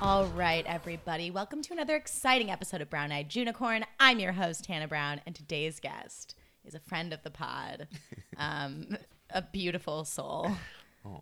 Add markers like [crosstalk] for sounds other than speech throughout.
All right, everybody. Welcome to another exciting episode of Brown Eyed Unicorn. I'm your host, Hannah Brown, and today's guest is a friend of the pod, um, a beautiful soul.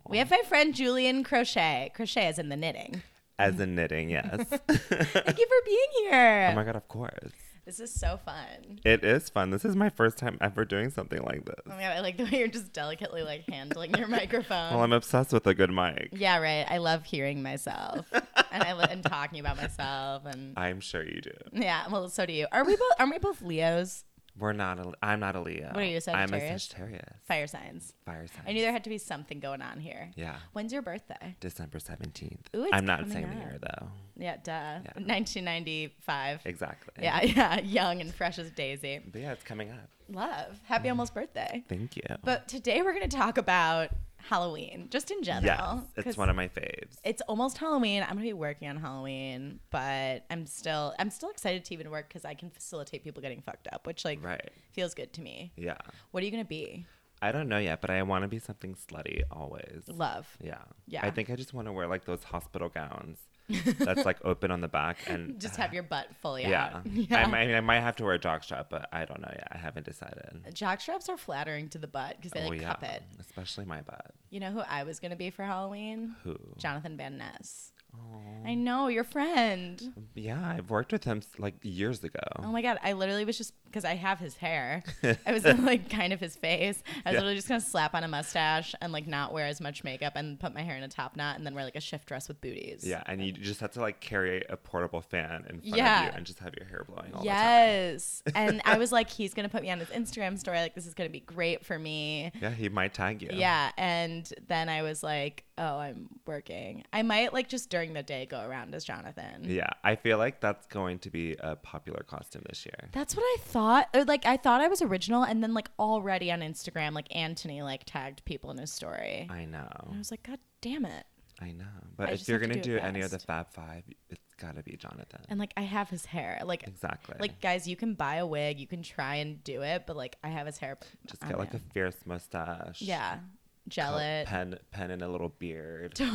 We have my friend Julian Crochet. Crochet is in the knitting. As in knitting, yes. [laughs] Thank you for being here. oh my god, of course. this is so fun. It is fun. This is my first time ever doing something like this. Oh my God, I like the way you're just delicately like handling your microphone. Well, I'm obsessed with a good mic. yeah, right. I love hearing myself, and I li- and talking about myself, and I'm sure you do. yeah. Well, so do you. Are we both? Are we both Leos? We're not. A, I'm not a Leo. What are you, a I'm a Sagittarius? Sagittarius. Fire signs. Fire sign. I knew there had to be something going on here. yeah. When's your birthday? December 17th. Ooh, it's I'm not coming saying the up. year though. Yeah, duh. 1995. Exactly. Yeah, yeah, young and fresh as daisy. But yeah, it's coming up. Love. Mm. Happy almost birthday. Thank you. But today we're going to talk about Halloween, just in yes, general. it's 'cause one of my faves. it's almost Halloween. I'm going to be working on Halloween, but I'm still I'm still excited to even work cuz I can facilitate people getting fucked up, which like Right. feels good to me. Yeah. What are you going to be? I don't know yet, but I want to be something slutty always. Love. Yeah. Yeah. I think I just want to wear like those hospital gowns [laughs] that's like open on the back and Just [sighs] have your butt fully Uh, yeah. out. [laughs] I, might- I mean, I might have to wear a jockstrap, but I don't know yet. I haven't decided. Jockstraps are flattering to the butt cuz they Oh, like cup it. especially my butt. You know who I was gonna be for Halloween? Who? Jonathan Van Ness. Aw. I know your friend. Yeah, I've worked with him like years ago. Oh my god! I literally was just because I have his hair. I [laughs] was in, like kind of his face. I was Yeah. literally just gonna slap on a mustache and like not wear as much makeup and put my hair in a top knot and then wear like a shift dress with booties. Yeah, and you just have to like carry a portable fan in front Yeah. of you and just have your hair blowing all [laughs] Yes. and I was like, he's gonna put me on his Instagram story. Like this is gonna be great for me. the time. Yeah, he might tag you. Yeah. And then I was like, oh, I'm working. I might like just during the day go around as Jonathan. Yeah, I feel like that's going to be a popular costume this year. That's what I thought. Or like I thought I was original, and then like already on Instagram, like Anthony like tagged people in his story. I know. I was like, God damn it! I know. But I if just you're have to going to do do, it any of the fast. Fab Five, it's got to be Jonathan. And like I have his hair. Like exactly. like guys, you can buy a wig, you can try and do it, but like I have his hair. just on get like him. a fierce mustache. yeah, gel col- it. Pen, pen and a little beard. [laughs]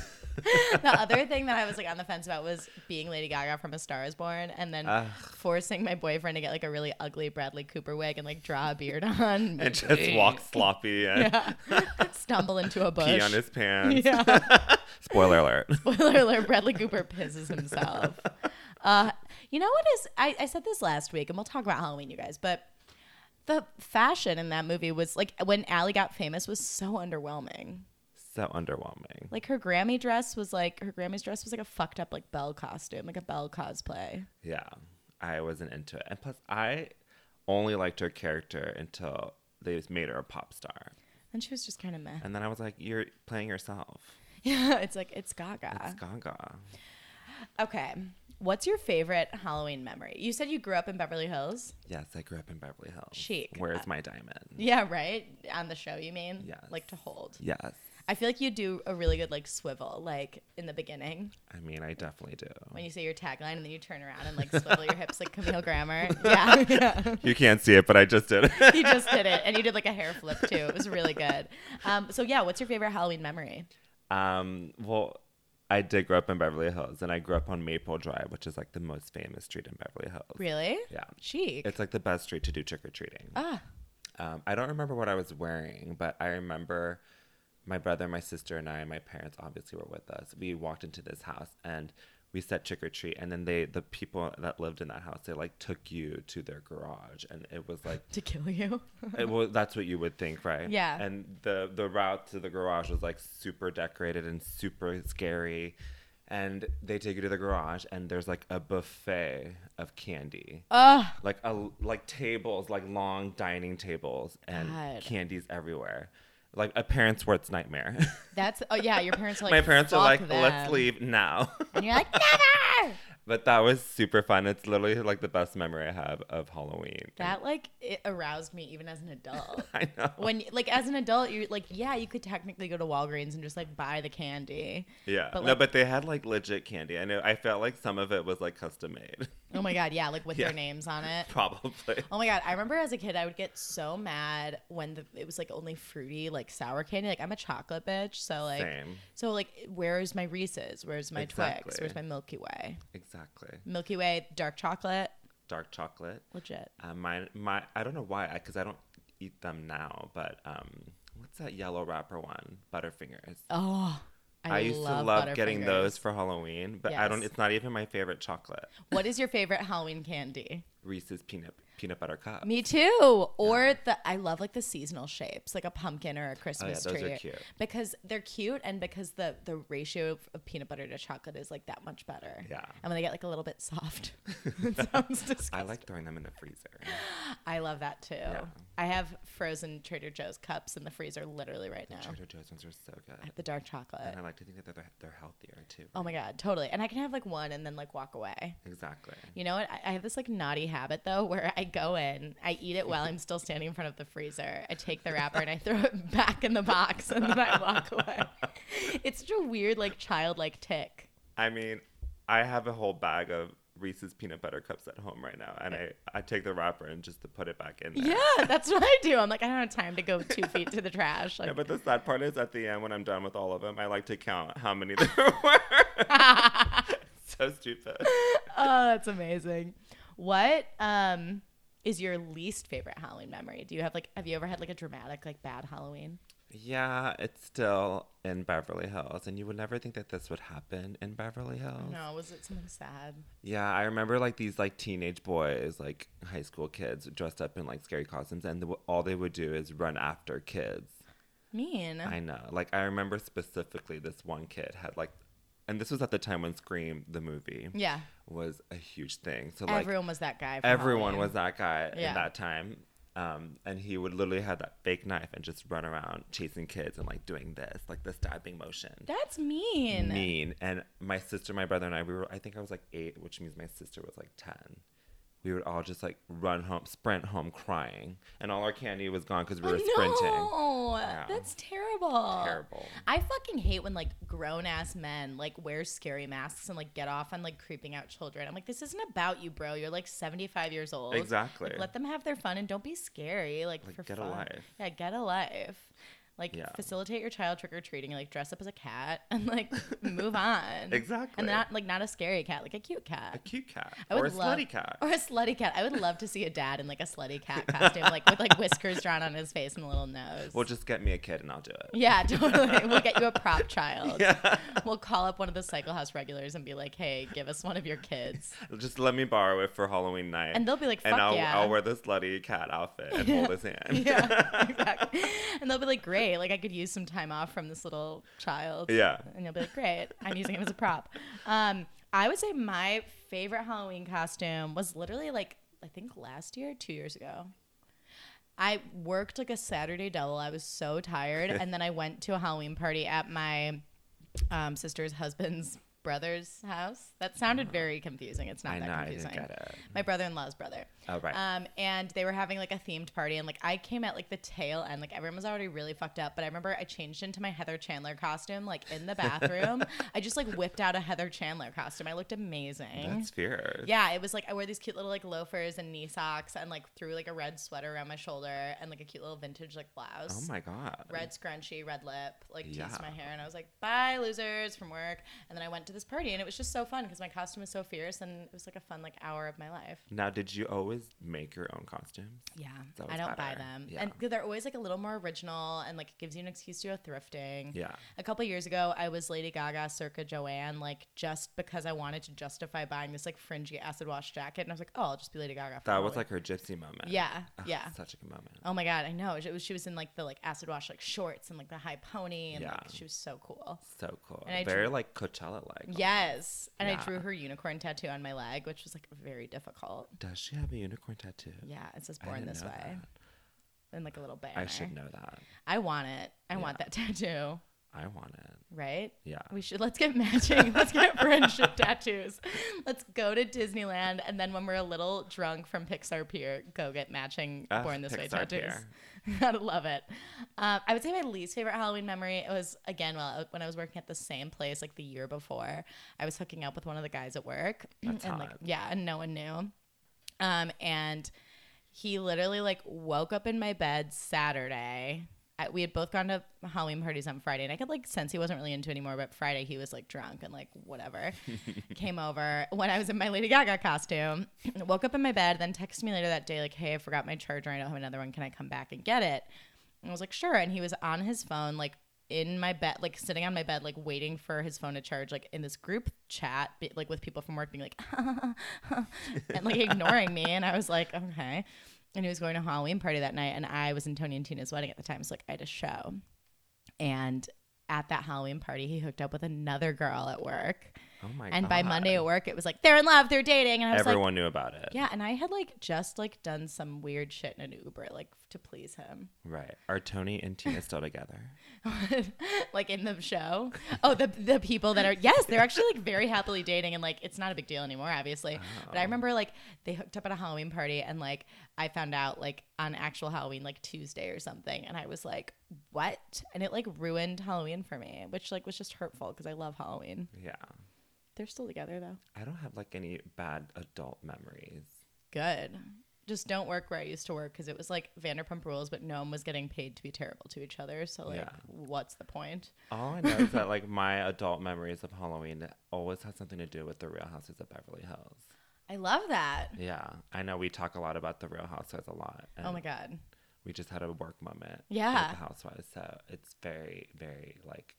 [laughs] Totally. the other thing that I was like on the fence about was being Lady Gaga from A Star Is Born, and then Ugh. forcing my boyfriend to get like a really ugly Bradley Cooper wig and like draw a beard [laughs] on, And [laughs] just walk sloppy and yeah, [laughs] stumble into a bush. [laughs] pee on his pants. Yeah. [laughs] Spoiler alert. Spoiler alert, Bradley Cooper pisses himself. Uh, you know what is I, I said this last week and we'll talk about Halloween, you guys, but the fashion in that movie was like when Allie got famous was so underwhelming. so underwhelming. Like her Grammy dress was like her Grammy's dress was like a fucked up like Belle costume, like a Belle cosplay. Yeah. I wasn't into it. And plus, I only liked her character until they just made her a pop star. And she was just kind of meh. [laughs] And then I was like, you're playing yourself. Yeah, it's like it's Gaga. It's Gaga. okay. What's your favorite Halloween memory? You said you grew up in Beverly Hills. Yes, I grew up in Beverly Hills. Chic. Where's my diamond? Yeah, right? On the show, you mean? Yes. Like to hold. Yes. I feel like you do a really good like swivel, like in the beginning I mean, I definitely do. when you say your tagline and then you turn around and like swivel your hips like Camille Grammer. [laughs] Yeah, yeah. [laughs] You can't see it, but I just did. [laughs] you just did it, and you did like a hair flip too. It was really good. Um, so yeah, what's your favorite Halloween memory? um, well, I did grow up in Beverly Hills, and I grew up on Maple Drive, which is like the most famous street in Beverly Hills. Really? Yeah, Chic. it's like the best street to do trick or treating. ah, Um, I don't remember what I was wearing, but I remember my brother, my sister, and I, and my parents obviously were with us. We walked into this house and we said trick or treat, and then they, the people that lived in that house, they like took you to their garage, and it was like to kill [laughs] you. Uh, well, that's what you would think, right? Yeah. And the the route to the garage was like super decorated and super scary, and they take you to the garage, and there's like a buffet of candy, Ah, like a like tables, like long dining tables, and God. candies everywhere, like a parent's worst nightmare. [laughs] that's oh yeah. Your parents are like My parents are like, "Fuck let's them." leave now. [laughs] and you're like never. but that was super fun. It's literally like the best memory I have of Halloween. That like it aroused me even as an adult. [laughs] I know. when like as an adult you're like yeah you could technically go to walgreens and just like buy the candy Yeah. But, no, like- but they had like legit candy. I know I felt like some of it was like custom made. oh Oh my god, yeah, like with Yeah. their names on it. [laughs] Probably. Oh my god, I remember as a kid I would get so mad when the, it was like only fruity like sour candy. Like I'm a chocolate bitch, so like Same. so like where's my Reese's? Where's my Exactly. Twix? Where's my Milky Way? Exactly. Milky Way dark chocolate, Dark chocolate. legit. Uh, my my I don't know why because I, don't eat them now, but um, what's that yellow wrapper one? Butterfingers. Oh, I, I, used to love love getting Butterfingers. those for Halloween, but I don't. Yes. It's not even my favorite chocolate. What is your favorite Halloween candy? Reese's peanut peanut butter cup. Me too. Or the I love like the seasonal shapes, like a pumpkin or a Christmas Oh, those are tree, cute. because they're cute and because the the ratio of, of peanut butter to chocolate is like that much better. Yeah. and when they get like a little bit soft, [laughs] it sounds disgusting. [laughs] I like throwing them in the [gasps] freezer. I love that too. I have frozen Trader Joe's cups in the freezer literally right now. Trader Uh-huh. Joe's ones are so good, The dark chocolate. and I like to think that they're they're healthier too. Oh my god, totally. And I can have like one and then like walk away. Exactly. You know what? I- I have this like naughty habit though where I go in, I eat it while I'm still standing in front of the freezer. I take the wrapper and I throw it [laughs] back in the box and then I walk away. [laughs] It's such a weird, like childlike tick. I mean, I have a whole bag of Reese's peanut butter cups at home right now, and I I take the wrapper and just to put it back in there. Yeah, [laughs] that's what I do. I'm like, I don't have time to go two feet to the trash. Like, Yeah, but the sad part is at the end when I'm done with all of them, I like to count how many there [laughs] were. so stupid. oh, that's amazing. What um is your least favorite Halloween memory? Do you have like have you ever had like a dramatic, like bad Halloween? Yeah, it's still in Beverly Hills, and you would never think that this would happen in Beverly Hills. No, was it something sad? Yeah, I remember like these like teenage boys, like high school kids, dressed up in like scary costumes, and the, all they would do is run after kids. Mean. I know. Like I remember specifically this one kid had like, and this was at the time when Scream the movie yeah. was a huge thing. So like everyone was that guy. for everyone Halloween. was that guy Yeah. at that time. Um, and he would literally have that fake knife and just run around chasing kids and like doing this, like the stabbing motion. That's mean. mean. And my sister, my brother, and I, we were, I think I was like eight, which means my sister was like 10. We would all just like run home, sprint home crying. And all our candy was gone because we Oh, were sprinting. No, Yeah. that's terrible. Terrible. I fucking hate when like grown ass men like wear scary masks and like get off on like creeping out children. I'm like, this isn't about you, bro. You're like 75 years old. Exactly. Like, let them have their fun and don't be scary. Like, Like, for get a fun. life. Yeah, get a life. Like Yeah. facilitate your child trick or treating. Like dress up as a cat and like move on. [laughs] Exactly. And not like not a scary cat, like a cute cat. a cute cat I would or a love, Oh, slutty cat. Or a slutty cat. I would love to see a dad in like a slutty cat costume, like with like whiskers drawn on his face and a little nose. Well, just get me a kid and I'll do it. [laughs] yeah, totally. We'll get you a prop child. Yeah. We'll call up one of the cycle house regulars and be like, "Hey, give us one of your [laughs] kids," [laughs] Just let me borrow it for Halloween night. and they'll be like, "Fuck and I'll, yeah." [laughs] I'll wear the slutty cat outfit and hold his hand. [laughs] yeah, exactly. And they'll be like, "Great! Like, I could use some time off from this little child." Yeah. and you'll be like, "Great! I'm using him as a prop." Um, I would say my favorite Halloween costume was literally like I think last year, two years ago. I worked like a Saturday double. I was so [laughs] tired, and then I went to a Halloween party at my um, sister's husband's brother's house. That sounded very confusing. It's not Uh-huh. I that know, I didn't confusing. get it. My brother-in-law's brother. Oh, right. Um, and they were having like a themed party, and like I came at like the tail end, like everyone was already really fucked up. But I remember I changed into my Heather Chandler costume, like in the [laughs] bathroom. I just like whipped out a Heather Chandler costume. I looked amazing. That's fierce. yeah, it was like I wore these cute little like loafers and knee socks, and like threw like a red sweater around my shoulder, and like a cute little vintage like blouse Oh my god. red scrunchie, red lip, like teased Yeah. my hair, and I was like, "Bye, losers from work." And then I went to this party, and it was just so fun because my costume was so fierce, and it was like a fun like hour of my life. Now, did you always make your own costumes? Yeah, That I was don't buy better. them, Yeah. and 'cause they're always like a little more original, and like it gives you an excuse to go thrifting. Yeah. A couple years ago, I was Lady Gaga circa Joanne, like just because I wanted to justify buying this like fringy acid wash jacket, and I was like, "Oh, I'll just be Lady Gaga." For That was Halloween." like her gypsy moment. yeah, [laughs] Ugh, yeah. Such a good moment. Oh my god, I know. It was, she was in like the like acid wash like shorts and like the high pony, and Yeah. like she was so cool. So cool. And I Very drew- like Coachella like. Yes. And I Yeah. drew her unicorn tattoo on my leg, which was like very difficult. Does she have a unicorn tattoo? Yeah, it says I born didn't this know way. that. And like a little banner. I should know that. I want it. I want Yeah. that [laughs] tattoo. I want it. right? Yeah. We should let's get matching. [laughs] Let's get friendship tattoos. Let's go to Disneyland and then when we're a little drunk from Pixar Pier, go get matching Ugh, Born This Way Pixar tattoos. [laughs] Gotta love it. Um, I would say my least favorite Halloween memory it was again well when I was working at the same place like the year before. I was hooking up with one of the guys at work That's and like hot. yeah, and no one knew. Um, and he literally like woke up in my bed Saturday. I, we had both gone to Halloween parties on Friday, and I could like sense he wasn't really into it anymore. But Friday he was like drunk and like whatever. Came over when I was in my Lady Gaga costume. [clears throat] woke up in my bed, then texted me later that day like, "Hey, I forgot my charger. I don't have another one. Can I come back and get it?" And I was like, "Sure." And he was on his phone like in my bed, like sitting on my bed, like waiting for his phone to charge, like in this group chat, be- like with people from work, being like, [laughs] and like ignoring me. And I was like, okay. And he was going to a Halloween party that night, and I was in Tony and Tina's wedding at the time. So like, I had a show, and at that Halloween party, he hooked up with another girl at work. Oh my god. and by Monday at work, it was like they're in love, they're dating, and I was like, everyone knew about it. yeah. And I had like just like done some weird shit in an Uber, like to please him. Right. Are Tony and Tina still together? [laughs] like in the show. Oh, the the people that are yes, they're actually like very happily dating and like it's not a big deal anymore, obviously. But I remember like they hooked up at a Halloween party and like I found out like on actual Halloween like Tuesday or something and I was like, "What?" And it like ruined Halloween for me, which like was just hurtful because I love Halloween. Yeah. They're still together though. I don't have like any bad adult memories. Good. Just don't work where I used to work because it was like Vanderpump Rules, but no one was getting paid to be terrible to each other. So like, Yeah. what's the point? All I know is that like my adult memories of Halloween always had something to do with the Real Houses of Beverly Hills. I love that. Yeah, I know we talk a lot about the Real Housewives a lot. And Oh my god. we just had a work moment. Yeah. with the Housewives, so it's very, very like,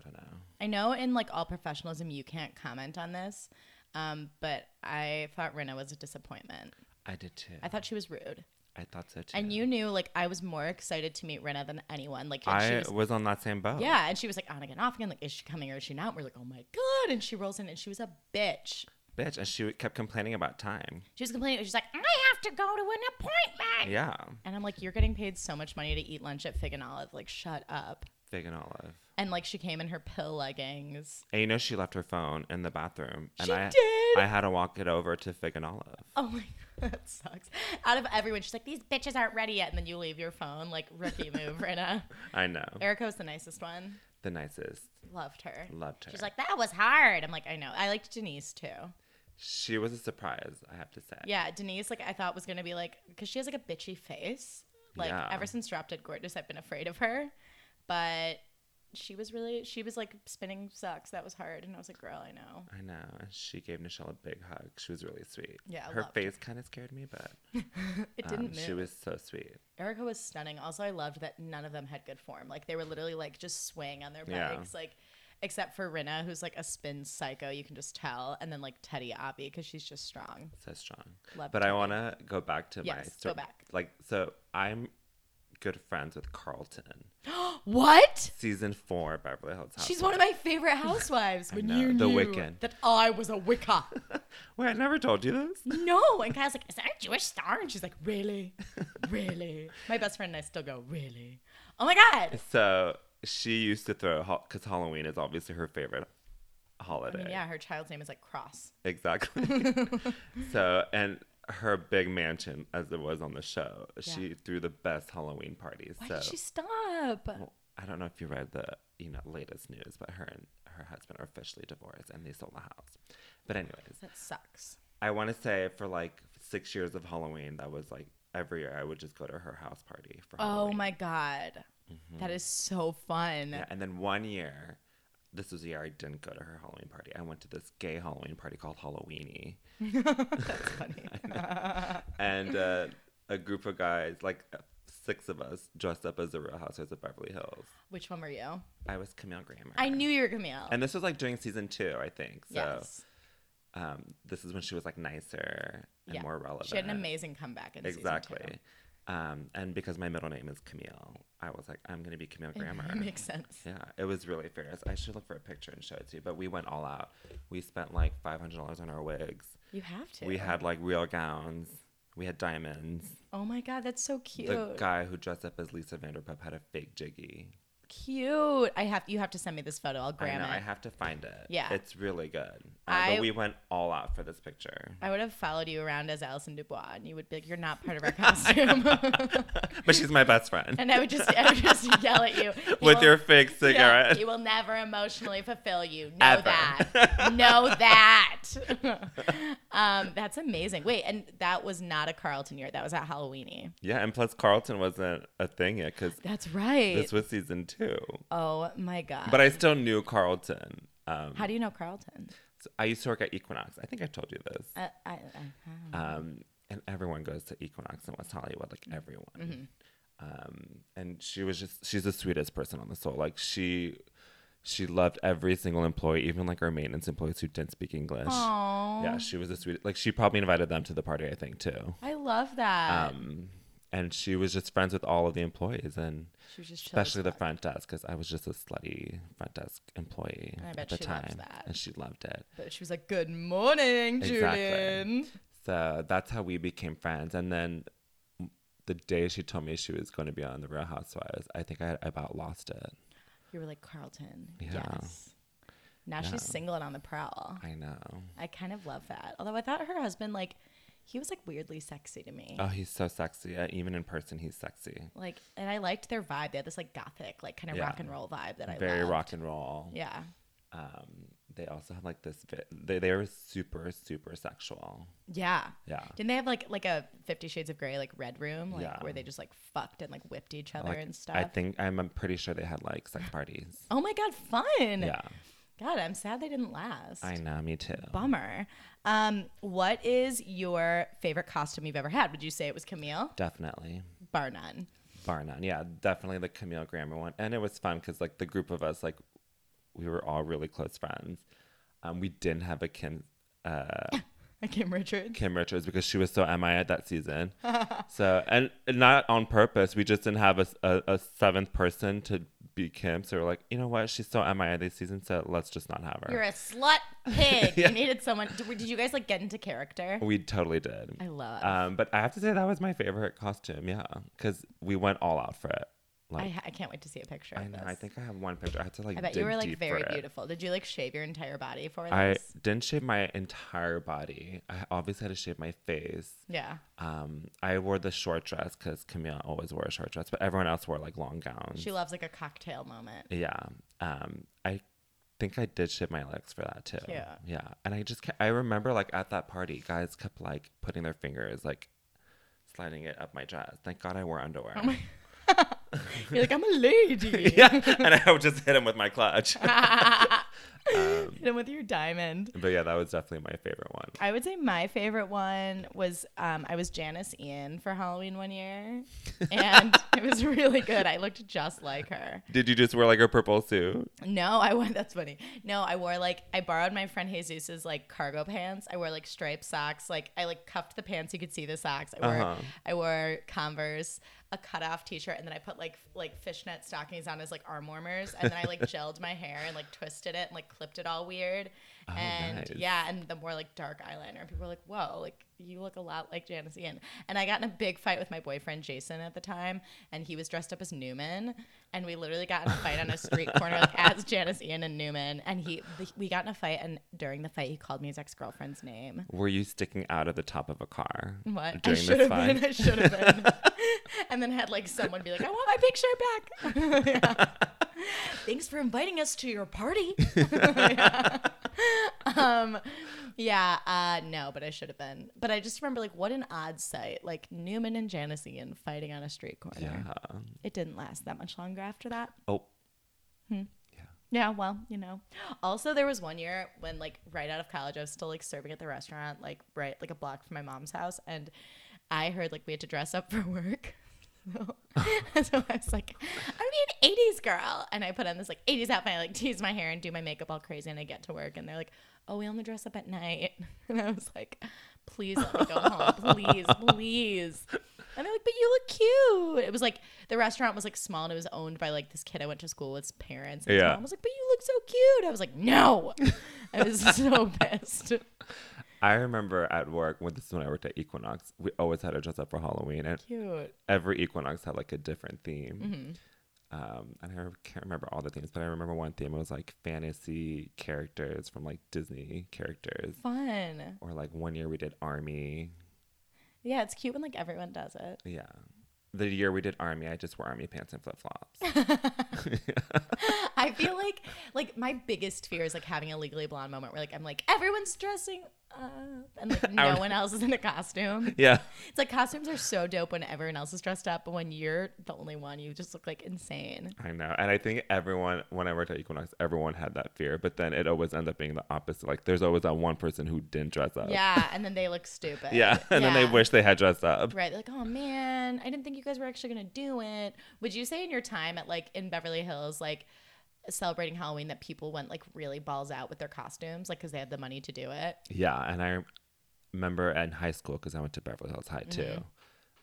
I don't know. I know in like all professionalism you can't comment on this, um, but I thought Rena was a disappointment. I did too. I thought she was rude, I thought so too. and you knew like I was more excited to meet Rena than anyone. Like and she I was, was on that same boat. yeah, and she was like on again, off again. Like is she coming or is she not? We're like, oh my god! And she rolls in, and she was a bitch. bitch, and she kept complaining about time. She was complaining. She's like, I have to go to an appointment. Yeah, And I'm like, you're getting paid so much money to eat lunch at Fig and Olive. Like, shut up. fig and olive. And like, she came in her pill leggings. And you know she left her phone in the bathroom, and She I did. I had to walk it over to fig and olive. [laughs] Oh my god, that sucks. Out of everyone, she's like, these bitches aren't ready yet, and then you leave your phone. Like rookie move, [laughs] Rena. I know Erica was the nicest one. the nicest. Loved her. Loved her. She's like, that was hard. I'm like, I know. I liked Denise too. She was a surprise, I have to say. Yeah, Denise, like I thought was gonna be like, because she has like a bitchy face. Like Yeah. ever since Drop Dead Gorgeous, I've been afraid of her. But she was really, she was like spinning sucks. That was hard, and I was like, girl, I know. I know. and She gave Nichelle a big hug. She was really sweet. Yeah, I her loved her. face kind of scared me, but It um, didn't move. she was so sweet. Erica was stunning. Also, I loved that none of them had good form. Like they were literally like just swaying on their Yeah. bikes, like except for Rinna, who's like a spin psycho. You can just tell, and then like Teddy Abby because she's just strong. So strong. Loved but I her. want to go back to my Yes, go story. back. Like, so I'm good friends with Carlton, [gasps] What? season four, Beverly Hills House. She's one of my favorite [laughs] housewives. when Oh. know, you the knew Wiccan. that I was a Wicca. [laughs] Wait, I never told you this. no, and Kyle's like, "Is that a Jewish star?" And she's like, [laughs] "Really, really." My best friend and I still go, "Really." Oh my god. So she used to throw, because Halloween is obviously her favorite I holiday. mean, yeah, her child's name is like Cross. [laughs] Exactly. so, and her big mansion, as it was on the show, she threw the best Halloween parties. Why so, did she stop? well, I don't know if you read the you know latest news, but her and her husband are officially divorced and they sold the house. But anyways, That sucks. I want to say for like six years of Halloween, that was like every year I would just go to her house party for. Oh Halloween. my god. That is so fun. Mm-hmm. Yeah, and then one year, this was the year I didn't go to her Halloween party. I went to this gay Halloween party called Halloweeny. [laughs] That's [laughs] funny. and uh, a group of guys, like uh, six of us, dressed up as the Real Housewives of Beverly Hills. [laughs] Which one were you? I was Camille Grammer. I knew you were Camille. And this was like during season two, I think. So yes. um, this is when she was like nicer and Yeah. more relevant. She had an amazing comeback in Exactly. season Um, and because my middle name is Camille, I was like, I'm going to [laughs] be Camille two. Grammer. Makes sense. Yeah, it was really fierce. I should look for a picture and show it to you. But we went all out. We spent like five hundred dollars on our wigs. You have to. We had like real gowns. We had diamonds. Oh my god, that's so cute. The guy who dressed up as Lisa Vanderpump had a fake jiggy. cute. I have you have to send me this photo. I'll I gram know. it. I have to find it. Yeah. It's really good. Uh, I- but we went all out for this picture. I would have followed you around as Alison Dubois, and you would be like, "You're not part of our costume," [laughs] but she's my best friend. and I would just, I would just yell at you "You [laughs] With will- your fake yeah, cigarette. You will never emotionally fulfill you. Know Ever. [laughs] that. know that. [laughs] um, that's amazing. Wait, and that was not a Carlton year. That was at Halloweeny. Yeah, and plus Carlton wasn't a thing yet because That's right. this was season two. oh my god. But I still knew Carlton. Um, How do you know Carlton? I used to work at Equinox. I think I told you this. Uh, I, I, Um, and everyone goes to Equinox in West Hollywood, Mm-hmm. like everyone. Um, and she was just she's the sweetest person on the soul. Like she she loved every single employee, even like our maintenance employees who didn't speak English. Aw. Yeah, she was the sweetest. Like she probably invited them to the party, I think, too. I love that. Um, and she was just friends with all of the employees and she was just chill as especially the front desk because I was just a slutty front desk employee I at bet the she time, loves that. and she loved it. But she was like, "Good morning, Exactly. Julian." So that's how we became friends. And then the day she told me she was going to be on The Real Housewives, I think I had about lost it. You were like Carlton. Yeah. Yes. Now she's single and on the prowl. I know. I kind of love that. Although I thought her husband, like, he was like weirdly sexy to me. Oh, he's so sexy. Uh, even in person, he's sexy. Like, and I liked their vibe. They had this like gothic, like kind of Yeah. rock and roll vibe that I Very loved. rock and roll. Yeah. Um, they also have like this. Vi- they they were super super sexual. Yeah. Yeah. Didn't they have like like a Fifty Shades of Grey like red room like Yeah. where they just like fucked and like whipped each other Like, and stuff? I think I'm, I'm pretty sure they had like sex parties. oh my god, fun! Yeah. God, I'm sad they didn't last. I know. Me too. Bummer. Um, what is your favorite costume you've ever had? Would you say it was Camille? Definitely. Bar none. [laughs] Bar none. Yeah, definitely the Camille Grammer one. And it was fun because, like, the group of us, like, we were all really close friends. Um, we didn't have a Kim, uh, Kim Richards. Kim Richards because she was so MIA that [laughs] season. so, and not on purpose. We just didn't have a, a, a seventh person to be Kim. So we're like, you know what? She's so MIA this season, so let's just not have her. You're a slut pig. [laughs] Yeah. Uh, You needed someone. Did, did you guys like get into character? we totally did. I love. Um, but I have to say that was my favorite costume. Yeah, because we went all out for it. Like, I, ha- I can't wait to see a picture. I of know. this. I think I have one picture. I had to like. I bet dig you were like deep very for it. beautiful. Did you like shave your entire body for this? I didn't shave my entire body. I obviously had to shave my face. yeah. Um, I wore the short dress because Camille always wore a short dress, but everyone else wore like long gowns. She loves like a cocktail moment. [laughs] yeah. Um, I think I did shave my legs for that too. Yeah. Yeah. And I just ca I remember like at that party, guys kept like putting their fingers like sliding it up my dress. Thank God I wore underwear. Oh You're like, I'm a lady. [laughs] yeah. And I would just hit him with [laughs] my clutch. Um, Hit him with your diamond. but yeah, that was definitely my favorite one. I would say my favorite one was um, I was Janice Ian for Halloween one year, [laughs] and it was really good. I looked just like her. Did you just wear like a purple suit? No, I wore [laughs] that's funny. No, I wore like I borrowed my friend Jesus's like cargo pants. I wore like striped socks. Like I like cuffed the pants. You could see the socks. I wore Uh-huh. I wore Converse, a cutoff T-shirt, and then I put like f- like fishnet stockings on as like arm warmers, and then I [laughs] like gelled my hair and like twisted it and like clipped it all weird. and Oh, nice. yeah, and the more like dark eyeliner. People were like, "Whoa, like you look a lot like Janice Ian." And I got in a big fight with my boyfriend Jason at the time, and he was dressed up as Newman, and we literally got in a fight on a street corner like, as Janice Ian and Newman, and he we got in a fight, and during the fight, he called me his ex girlfriend's name. Were you sticking out of the top of a car? What During I this should have fight? been, I should have been, and then had like someone be like, "I want my picture back." [laughs] Yeah. Thanks for inviting us to your party. [laughs] yeah. Um, yeah, uh, no, but I should have been. But I just remember like what an odd sight, like Newman and Janice Ian fighting on a street corner. Yeah. It didn't last that much longer after that. Oh. Yeah, well, you know. Also, there was one year when, like, right out of college, I was still like serving at the restaurant, like, right, like a block from my mom's house, and I heard like we had to dress up [laughs] for work. [laughs] so I was like, I'm gonna be an '80s girl, and I put on this like '80s outfit. I like tease my hair and do my makeup all crazy, and I get to work, and they're like, "Oh, we only dress up at night," [laughs] and I was like, "Please let me go home, please, please." And they're like, but you look cute. It was like the restaurant was like small and it was owned by like this kid I went to school with, his parents. And his Yeah. mom was like, but you look so cute. I was like, no. I was so [laughs] pissed. I remember at work when this is when I worked at Equinox, we always had to dress up for Halloween, and Cute. Mm-hmm. every Equinox had like a different theme. Um, and I can't remember all the themes, but I remember one theme was like fantasy characters from like Disney characters. Fun. Or like one year we did army. Yeah, it's cute when like everyone does it. Yeah. The year we did army, I just wore army pants and flip flops. [laughs] I feel like like my biggest fear is like having a legally blonde moment where like I'm like everyone's dressing up and [laughs] like no Our- one else is in a costume. yeah. It's like costumes are so dope when everyone else is dressed up, but when you're the only one, you just look like insane. I know. And I think everyone, when I worked at Equinox, everyone had that fear, but then it always ended up being the opposite. Like there's always that one person who didn't dress up. Yeah, and then they look stupid. Oh. [laughs] Yeah. And then they Yeah. wish they had dressed up. Right. They're like, oh man, I didn't think you guys were actually gonna do it. Would you say in your time at like in Beverly Hills, like celebrating Halloween, that people went like really balls out with their costumes, like because they had the money to do it? Yeah, and I remember in high school because I went to Beverly Hills High too.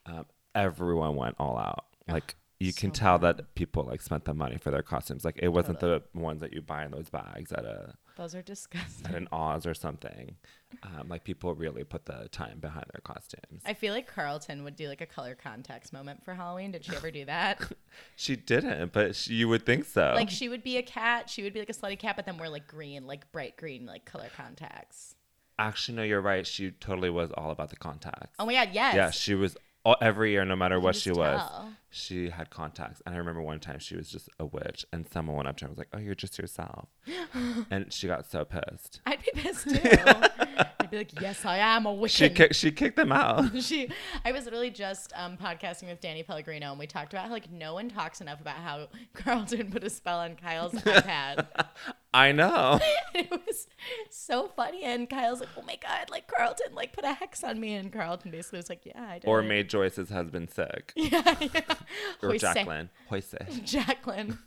Um, everyone went all out. Like you can Mm-hmm. Oh, so tell that people like spent the money for their costumes. Like it wasn't the ones that you buy in those bags at a Those are disgusting. at [laughs] an Oz or something. Um, like people really put the time behind their costumes. I feel like Carlton would do like a color context moment for Halloween. Did she ever [laughs] do that? Oh. She didn't, but she, you would think so. Like she would be a cat, she would be like a slutty cat, but then we're like green, like bright green, like color contacts. Actually, no, you're right. She totally was all about the contacts. Oh my god, yes. Yeah, she was all, every year, no matter what just she was, tell. she had contacts. And I remember one time she was just a witch, and someone went up to her and was like, "Oh, you're [laughs] just yourself," and she got so pissed. I'd be [laughs] pissed too. I'd be like, yes, I am a She witch. kicked, she kicked them [laughs] out. she i was really just um, podcasting with danny pellegrino and we talked about how like no one talks enough about how [laughs] carlton put a spell on [laughs] kyle's ipad [laughs] I know. it was so funny and kyle's like oh my god like carlton like put a hex on me and carlton basically was like yeah i did Or it." [laughs] made Joyce's husband sick. yeah, yeah. Or Hoise. Jacqueline. Hoise. [laughs] Jacqueline.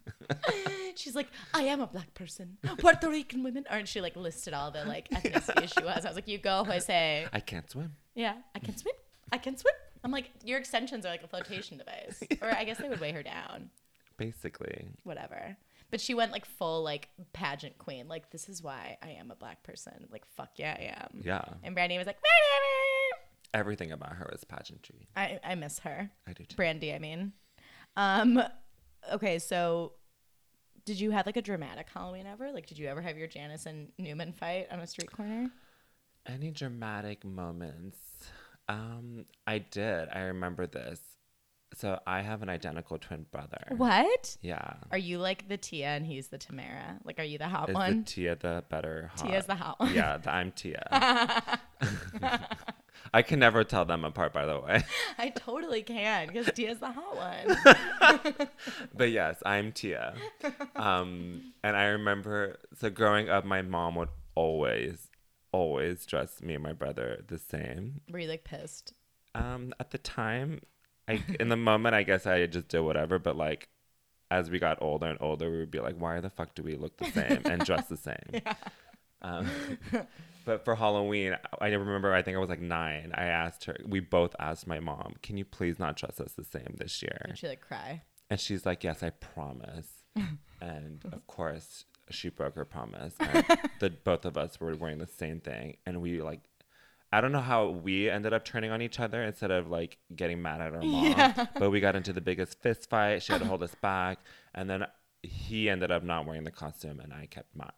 She's like, I am a black person. Puerto Rican women. Or, and she like listed all the like ethnicities she was. I was like, you go, Jose. I can't swim. Yeah, I can swim. I can swim. I'm like, your extensions are like a flotation device. Or I guess they would weigh her down. Basically, Whatever. But she went like full like pageant queen. Like, this is why I am a black person. Like, fuck yeah, I am. yeah. And Brandy was like, "My Everything about her was pageantry. name is-" I, I miss her. I do too. Brandy, I mean. Um okay, so did you have like a dramatic Halloween ever? Like did you ever have your Janice and Newman fight on a street corner? Any dramatic moments? Um, I did. I remember this. So I have an identical twin brother. What? Yeah. Are you like the Tia and he's the Tamara? Like are you the hot Is one? the Tia the better? Hot? Tia's the hot [laughs] one. Yeah, the, I'm Tia. I can never tell them apart, by the way. [laughs] [laughs] I totally can because Tia's the hot one. But yes, I'm Tia. Um, and I remember, so growing up, my mom would always, always dress me and my brother the same. Were you like pissed? Um, at the time, I in the moment, I guess I just did whatever. But like, as we got older and older, we would be like, "Why the fuck do we look the same and dress the same?" Um, [laughs] but for Halloween, I remember I think I was like nine. I asked her. We both asked my mom, "Can you please not dress us the same this year?" Did she like cry? And she's like, "Yes, [laughs] I promise." and of course, she broke her promise. [laughs] And the both of us were wearing the same thing, and we like, I don't know how we ended up turning on each other instead of like getting mad at our mom, [laughs] but we got into the biggest fist fight. She had to hold us back, and then he ended up not wearing the costume, and I kept mine.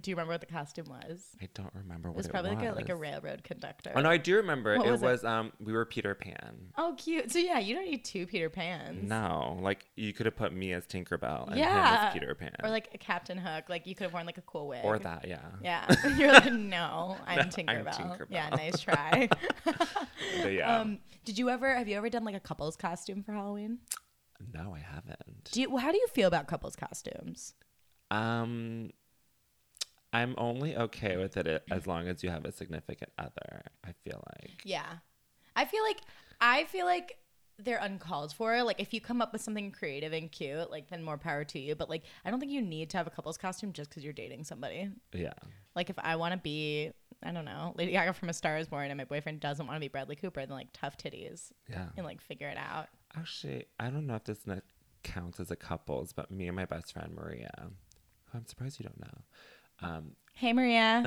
Do you remember what the costume was? I don't remember what It was probably like a like a railroad conductor. Oh no, I do remember. What it was was, it? um we were Peter Pan. Oh, cute. So yeah, you don't need two Peter Pans. No, like you could have put me as Tinkerbell and him Yeah. as Peter Pan. Or like a Captain Hook. Like you could have worn like a cool wig. Or that, yeah. Yeah. [laughs] You're like, no, I'm Tinkerbell. Yeah, Tinkerbell. [laughs] nice try. But yeah. um, did you ever have you ever done like a couple's costume for Halloween? no, I haven't. Do you how do you feel about couples costumes? Um, I'm only okay with it as long as you have a significant other. I feel like Yeah. I feel like I feel like they're uncalled for. Like if you come up with something creative and cute, like then more power to you. But like I don't think you need to have a couple's costume just because you're dating somebody. yeah, Like if I want to be, I don't know, Lady Gaga from A Star Is Born, and my boyfriend doesn't want to be Bradley Cooper, then like tough titties yeah. and like figure it out. Actually, I don't know if this ne- counts as a couples, but me and my best friend Maria, who I'm surprised you don't know. Um, Hey Maria,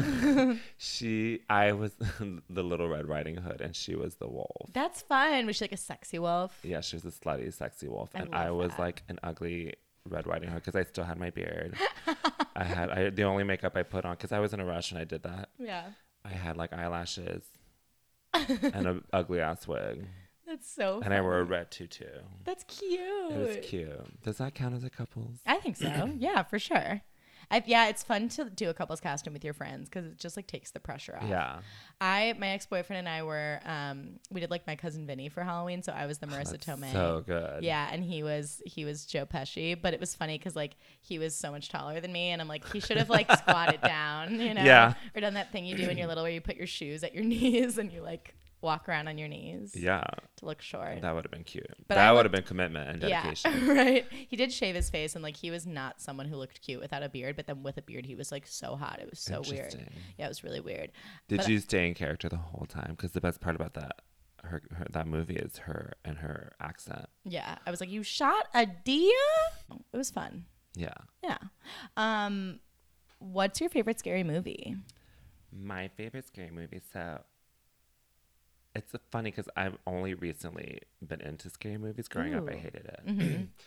she, I was [laughs] the Little Red Riding Hood, and she was the wolf. that's fun. Was she like a sexy wolf? Yeah, she was a slutty, sexy wolf, I and love I was that. like an ugly Red Riding Hood because I still had my beard. I had I, the only makeup I put on because I was in a rush and I did that. Yeah. I had [laughs] like eyelashes and a ugly ass wig, That's so and I wore a red tutu. That's cute. It was cute. Does that count as a couple's? I think [clears throat] so. yeah, for sure. I, yeah, it's fun to do a couple's costume with your friends because it just like takes the pressure off. Yeah. I, my ex boyfriend and I were, um, we did like my cousin Vinny for Halloween, so I was the Marissa Oh, That's Tomei. So good. Yeah, and he was he was Joe Pesci, but it was funny because like he was so much taller than me, and I'm like he should have [laughs] like squatted down, you know, Yeah. or done that thing you do when you're little where you put your shoes at your [laughs] knees and you like walk around on your knees Yeah. to look short. That would have been cute. But I that would have been commitment and yeah, [laughs] dedication. right. He did shave his face, and like he was not someone who looked cute without a beard, but then with a beard, he was like so hot. It was so weird. Interesting. Yeah, it was really weird. Did But- you stay in character the whole time? Because the best part about that her, her that movie is her and her accent. Yeah, I was like, you shot a deer. It was fun. Yeah. Yeah. Um, what's your favorite scary movie? My favorite scary movie. So it's funny because I've only recently been into scary movies. Growing up, I Ooh. Mm-hmm. hated it. [clears throat]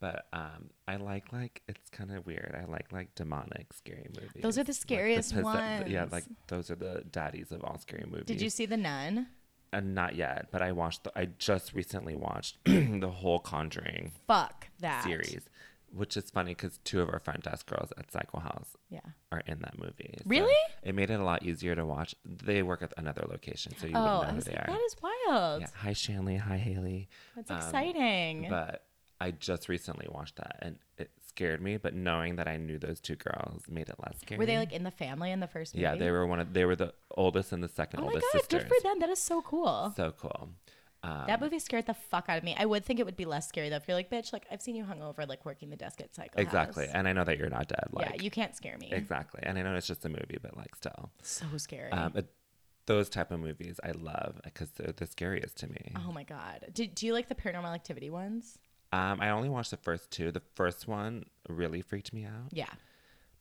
But um, I like like it's kind of weird. I like like demonic scary movies. Those are the Like, scariest possess- Yeah, ones. like those are the daddies of all scary movies. Did you see The Nun? And not yet, but I watched. The, I just recently watched [clears throat] the whole Conjuring Fuck that series, which is funny because two of our front desk girls at Cycle House Yeah. are in that movie. so Really? It made it a lot easier to watch. They work at another location, so you Oh, wouldn't know I who was they like, are. that is wild. Yeah. Hi, Shanley. Hi, Haley. That's Um, exciting. But I just recently watched that, and it scared me. But knowing that I knew those two girls made it less scary. were they like in the family in the first movie? Yeah, they were one of. They were the oldest and the second Oh my god, oldest sisters. good for them. That is so cool. So cool. Um, that movie scared the fuck out of me. I would think it would be less scary though if you're like, bitch, like I've seen you hungover, like working the desk at Psycho. exactly, House. and I know that you're not dead. Like, yeah, you can't scare me. [laughs] exactly, and I know it's just a movie, but like still. so scary. Um, it- those type of movies I love because they're the scariest to me. oh my god. Do, do you like the paranormal activity ones? Um, I only watched the first two. The first one really freaked me out, Yeah.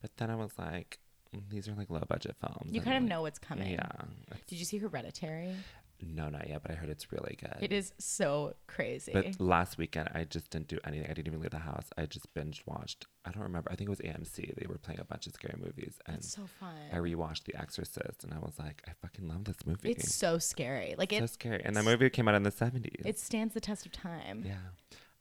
but then I was like, "Mm, these are like low budget films. You and, kind of like, know what's coming. Yeah. It's- Did you see Hereditary? No, not yet, but I heard it's really good. It is so crazy. But last weekend I just didn't do anything. I didn't even leave the house. I just binge watched. I don't remember. I think it was AMC. They were playing a bunch of scary movies, and That's so fun. I rewatched The Exorcist, and I was like, I fucking love this movie. It's so scary. Like so it, scary. And that movie came out in the seventies. it stands the test of time. Yeah.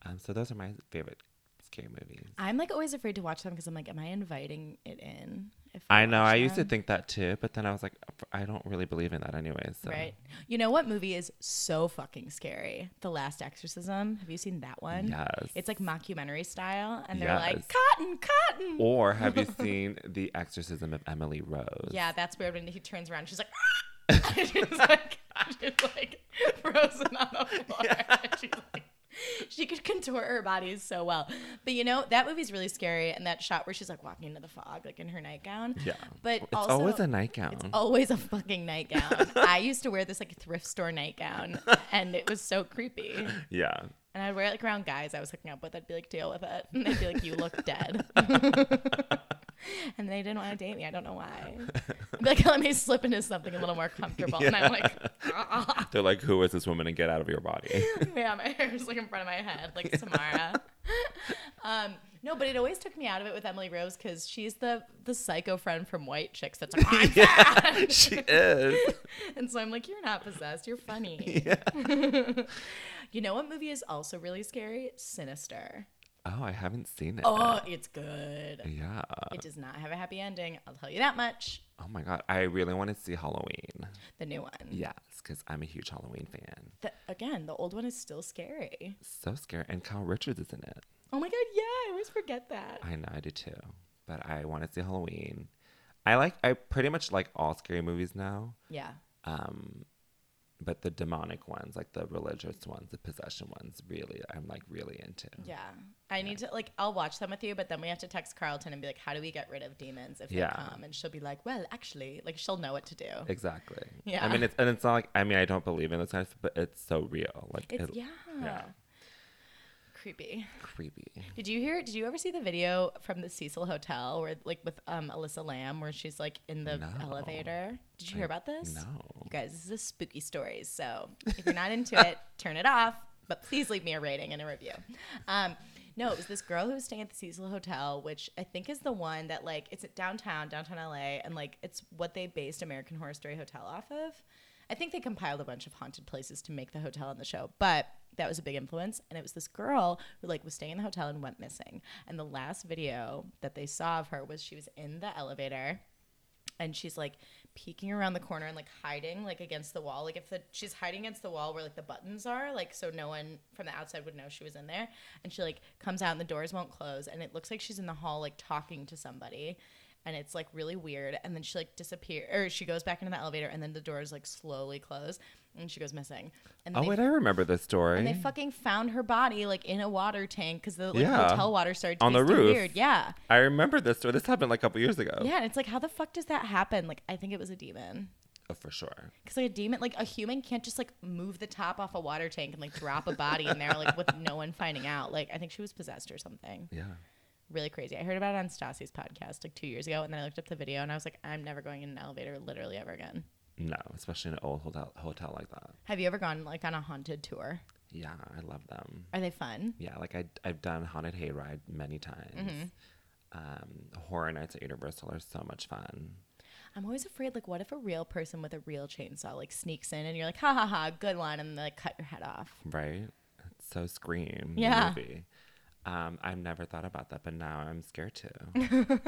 Um, so those are my favorite scary movies. I'm like always afraid to watch them because I'm like, am I inviting it in? If I know. watch I used to them? think that too, but then I was like, I don't really believe in that anyway. So. Right. You know what movie is so fucking scary? The Last Exorcism. Have you seen that one? Yes. It's like mockumentary style, and they're like, Yes. cotton, cotton. [laughs] Or have you seen The Exorcism of Emily Rose? Yeah, that's weird when he turns around. She's like, "Ah!" [laughs] she's like, she's like frozen on the floor. [laughs] [laughs] She's like, she could contort her body so well. But you know, that movie's really scary. And that shot where she's like walking into the fog, like in her nightgown. Yeah. But It's also, always a nightgown. always a fucking nightgown. I used to wear this like thrift store nightgown, and it was so creepy. And [laughs] yeah. I'd wear it like around guys I was hooking up with. I'd be like, deal with it, and they'd be like, you look dead. and they didn't want to date me. I don't know why. I'd be like, let me slip into something a little more comfortable. And I'm like, ah, They're like, who is this woman and get out of your body? [laughs] [laughs] yeah, my hair is like in front of my head, like Samara. um, no, but it always took me out of it with Emily Rose because she's the the psycho friend from White Chicks that's like, I'm yeah, she is. [laughs] And so I'm like, you're not possessed. You're [laughs] funny. [laughs] you know what movie is also really scary? Sinister. Oh, I haven't seen it. Oh, it's good. Yeah. It does not have a happy ending. I'll tell you that much. Oh my God. I really want to see Halloween. The new one. Yes, because I'm a huge Halloween fan. The, again, the old one is still scary. So scary. And Kyle Richards is in it. Oh my god, yeah, I always forget that. I know, I do too. But I want to see Halloween. I like, I pretty much like all scary movies now. Yeah. Um, but the demonic ones, like the religious ones, the possession ones, really, I'm like really into. Yeah. I need to like I'll watch them with you, but then we have to text Carlton and be like, How do we get rid of demons if Yeah. they come? And she'll be like, Well, actually, like she'll know what to do. Exactly. Yeah. I mean, it's and it's not like I mean I don't believe in this kind of, but it's so real. Like It's it- yeah. yeah. Creepy. creepy. Did you hear? Did you ever see the video from the Cecil Hotel where, like, with um, Alyssa Lamb, where she's like in the No. elevator? Did you hear about this? No. You guys, this is spooky stories. So if you're not into it, turn it off. But please leave me a rating and a review. Um, No, it was this girl who was staying at the Cecil Hotel, which I think is the one that like it's at downtown, downtown LA, and like it's what they based American Horror Story Hotel off of. I think they compiled a bunch of haunted places to make the hotel in the show, but that was a big influence. And it was this girl who like was staying in the hotel and went missing. And the last video that they saw of her was she was in the elevator and she's like peeking around the corner and like hiding like against the wall like if the she's hiding against the wall where like the buttons are like so no one from the outside would know she was in there and she like comes out and the doors won't close and it looks like she's in the hall like talking to somebody and it's like really weird and then she like disappears or she goes back into the elevator and then the doors like slowly close and she goes missing and Oh they wait, I remember this story. and they fucking found her body like in a water tank because the like, Yeah. hotel water started to On the taste roof. Oh. Weird. Yeah, I remember this story. This happened like a couple years ago. yeah. And it's like, how the fuck does that happen? Like, I think it was a demon. Oh, for sure. Because like a demon, like a human can't just like move the top off a water tank and like drop a body in there like [laughs] with no one finding out. Like I think she was possessed or something. Yeah. Really crazy. I heard about it on Stassi's podcast like two years ago, and then I looked up the video and I was like, I'm never going in an elevator literally ever again. No, especially in an old hotel, hotel like that. Have you ever gone like on a haunted tour? Yeah, I love them. Are they fun? Yeah, like I, I've done Haunted Hayride many times. Mm-hmm. Um, horror nights at Universal are so much fun. I'm always afraid like, what if a real person with a real chainsaw like sneaks in and you're like, ha ha ha, good one, and they like cut your head off. Right? It's so Scream. the Yeah. movie. Um, I've never thought about that, but now I'm [laughs] scared to.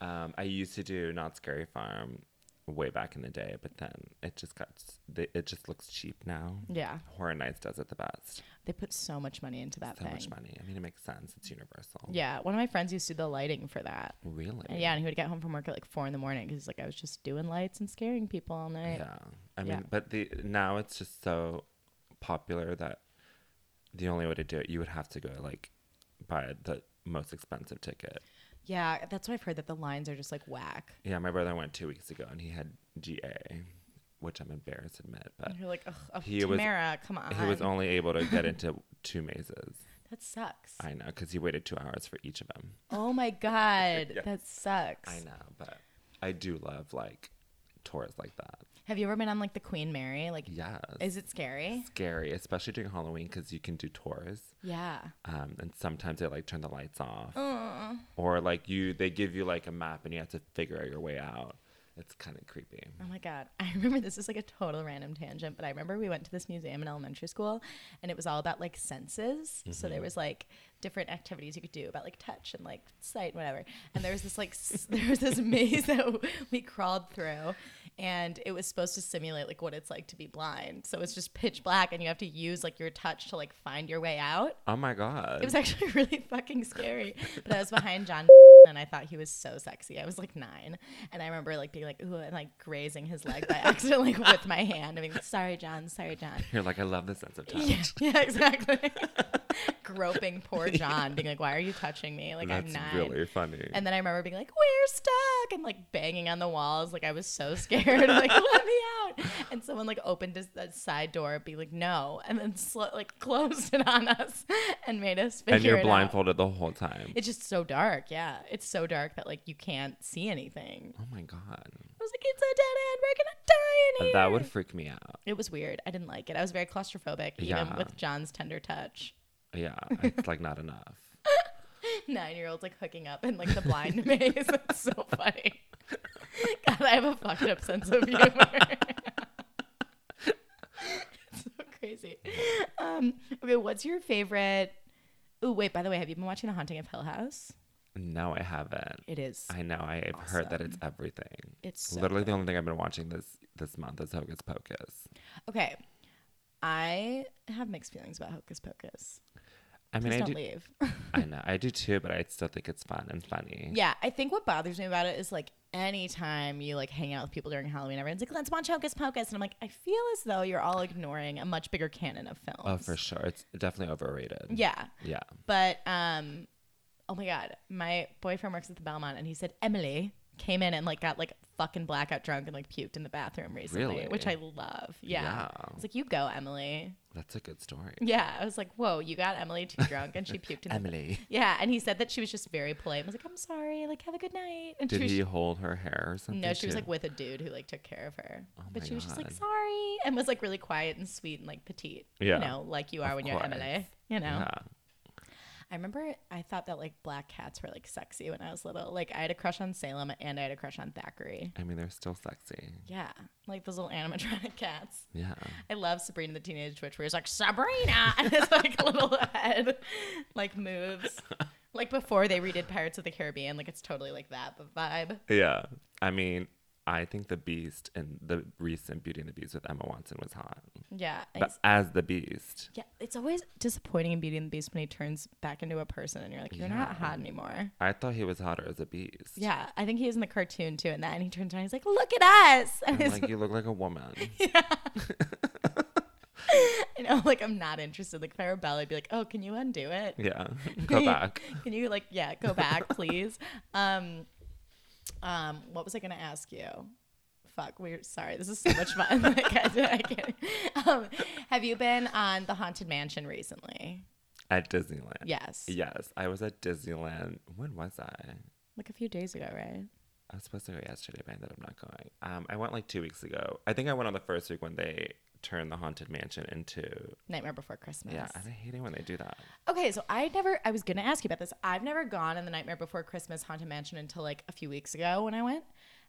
um, I used to do Not Scary Farm way back in the day, but then it just got, s- the- it just looks cheap now. Yeah. Horror Nights does it the best. They put so much money into that So thing. much money. I mean, it makes sense. It's Universal. Yeah, one of my friends used to do the lighting for that. Really? And yeah, and he would get home from work at like four in the morning because like I was just doing lights and scaring people all night. Yeah. I mean, Yeah. but the now it's just so popular that the only way to do it, you would have to go like buy the most expensive ticket. Yeah, that's why I've heard that the lines are just like whack. Yeah, my brother went two weeks ago and he had GA, which I'm embarrassed to admit, but And you're like, ugh, oh, Uh, He was- Tamara, come on. he was only able to get into two mazes. that sucks. I know, because he waited two hours for each of them. oh my god, [laughs] Yeah. that sucks. I know, but I do love like tours like that. Have you ever been on like the Queen Mary? Like, Yes. is it scary? scary, especially during Halloween, because you can do tours. Yeah. um, and sometimes they like turn the lights off or like you they give you like a map and you have to figure out your way out it's kind of creepy Oh my god. [laughs] I remember this is like a total random tangent, but I remember we went to this museum in elementary school and it was all about like senses. So there was like different activities you could do about like touch and like sight and whatever. And there was this like s- [laughs] there was this maze that we crawled through and it was supposed to simulate like what it's like to be blind. So it's just pitch black and you have to use like your touch to like find your way out. oh my god It was actually [laughs] really fucking scary. But I was behind John [laughs] and I thought he was so sexy. I was like nine. And I remember like being like, ooh, and like grazing his leg by [laughs] accident [laughs] like with my hand. I mean, sorry, John, sorry, John. you're like i love the sense of touch Yeah, [laughs] yeah, [laughs] exactly. Groping poor John, being like, why are you touching me? Like, I'm that's nine. really funny And then I remember being like, "We're stuck," and like banging on the walls, like I was so scared, [laughs] like let me out. And someone like opened his, that side door, be like, "No," and then sl- like [laughs] closed it on us and made us figure and you're it out. blindfolded the whole time It's just so dark, yeah. It's so dark that like you can't see anything. oh my god I was like, "It's a dead end. We're gonna die in here." that would freak me out It was weird. I didn't like it. I was very claustrophobic, even Yeah. with John's tender touch. [laughs] yeah it's like not enough nine year olds like hooking up in like the blind [laughs] maze. That's so funny. [laughs] God, I have a fucked up sense of humor. [laughs] It's so crazy. Um, okay, what's your favorite? Ooh, wait. By the way, have you been watching The Haunting of Hill House? no i haven't It is. i know i've heard that it's everything It's so literally the only thing i've been watching this this month is hocus pocus Okay, I have mixed feelings about Hocus Pocus. i mean Please i don't do Mm. leave. i know i do too but i still think it's fun and funny [laughs] yeah, I think what bothers me about it is like anytime you like hang out with people during Halloween, everyone's like, "Let's watch Hocus Pocus," and I'm like, I feel as though you're all ignoring a much bigger canon of films. Oh, for sure. It's definitely overrated. Yeah. Yeah. But um oh my god, my boyfriend works at the Belmont and he said Emily came in and like got like fucking blackout drunk and like puked in the bathroom recently, Really? which I love. Yeah. Yeah. It's like you go, Emily. That's a good story. Yeah, I was like, "Whoa, you got Emily too drunk and [laughs] she puked [laughs] in the Emily. Yeah, and he said that she was just very polite. I was like, "I'm sorry. Like have a good night." And Did she was he hold her hair or something? No, she was too? like with a dude who like took care of her. but my she was just like, God. "Sorry." And was like really quiet and sweet and like petite. Yeah. You know, like you are Of when course. you're Emily, you know. Yeah. I remember I thought that like black cats were like sexy when I was little. Like I had a crush on Salem and I had a crush on Thackeray. I mean, they're still sexy. Yeah, like those little animatronic [laughs] cats. Yeah. I love Sabrina the Teenage Witch, where he's like Sabrina, [laughs] and his like little head like [laughs] moves, like before they redid Pirates of the Caribbean. Like it's totally like that but vibe. Yeah. I mean, I think the Beast and the recent Beauty and the Beast with Emma Watson was hot. Yeah, But it's- as the Beast, yeah. It's always disappointing in Beauty and the Beast when he turns back into a person, and you're like, you're not hot anymore. I thought he was hotter as a Beast. Yeah, I think he was in the cartoon too, and that, and he turns around, he's like, look at us. [laughs] And I'm it's like, you look like [laughs] a woman. you know, like I'm not interested. Like if I were Bella, I'd be like, oh, can you undo it? [laughs] Yeah. Go back. Can you like, yeah, go back, please? um, um, what was I gonna ask you? Fuck, we're sorry. This is so much fun. [laughs] like, I, I can't. Um, have you been on the Haunted Mansion recently? At Disneyland. Yes. Yes. I was at Disneyland. When was I? Like a few days ago, right? I was supposed to go yesterday, but I ended up not going. Um, I went like two weeks ago. I think I went on the first week when they turned the Haunted Mansion into. Nightmare Before Christmas. Yeah, and I hate it when they do that. Okay, so I never. I was gonna ask you about this. I've never gone in the Nightmare Before Christmas Haunted Mansion until like a few weeks ago when I went,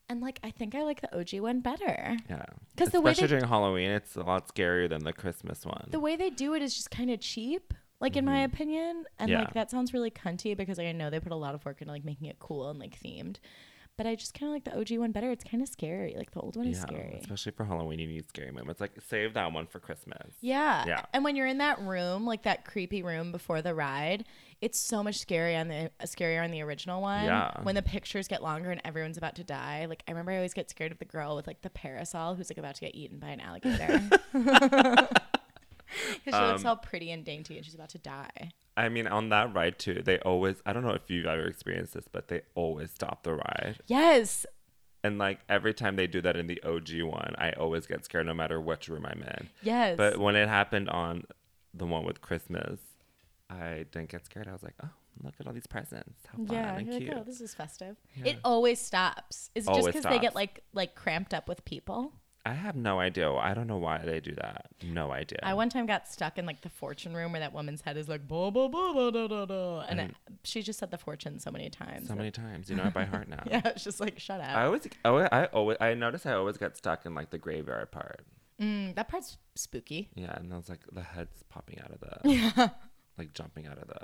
and like I think I like the OG one better. Yeah. 'Cause the way Especially they- during Halloween, it's a lot scarier than the Christmas one. the way they do it is just kind of cheap like in my opinion and Mm-hmm. Yeah. like that sounds really cunty because like, i know they put a lot of work into like making it cool and like themed but i just kind of like the og one better it's kind of scary like the old one is yeah. scary Especially for Halloween, you need scary moments. Like, save that one for Christmas. yeah. Yeah. and when you're in that room like that creepy room before the ride it's so much scary on the uh, scarier on the original one Yeah. when the pictures get longer and everyone's about to die like i remember i always get scared of the girl with like the parasol who's like about to get eaten by an [laughs] alligator [laughs] because she Um, looks all pretty and dainty and she's about to die I mean, on that ride, too, they always, I don't know if you've ever experienced this, but they always stop the ride. Yes. And like every time they do that in the OG one, I always get scared no matter which room I'm in. Yes. But when it happened on the one with Christmas, I didn't get scared. I was like, oh, look at all these presents. How fun yeah. and You're cute. like, oh, this is festive. It always stops. Is it just Always because they get stops. like like cramped up with people? I have no idea. I don't know why they do that. No idea. I one time got stuck in like the fortune room where that woman's head is like blah blah blah blah da da da, and it- she just said the fortune so many times. so many times. You know it by heart now. [laughs] yeah, it's just like shut I up. always, oh, I always, I notice I always get stuck in like the graveyard part. Mm, that part's spooky. Yeah, and it's like the head's popping out [laughs] of the, yeah. like jumping out of the,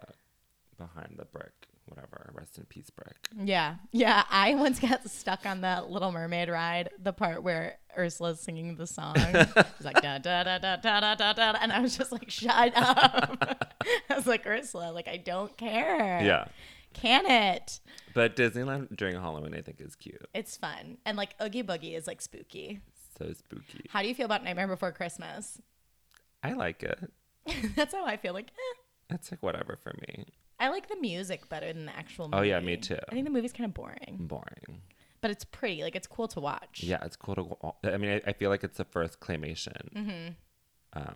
behind the brick, whatever. Rest in peace, brick. Yeah, yeah. I once got stuck on the Little Mermaid ride, the part where Ursula's singing the song. She's like da da da da da da da da, and I was just like, "Shut up!" [laughs] I was like, "Ursula, like I don't care." Yeah, can it? but Disneyland during Halloween I think is cute. It's fun, and like Oogie Boogie is like spooky. So spooky. How do you feel about Nightmare Before Christmas? [laughs] I like it. That's how I feel. Like, eh. It's like whatever for me. I like the music better than the actual. movie. Oh, yeah, me too. I think the movie's kind of boring, Boring. but it's pretty. Like it's cool to watch. Yeah, it's cool to. wa- I mean, I, I feel like it's the first claymation. Mm-hmm. Um,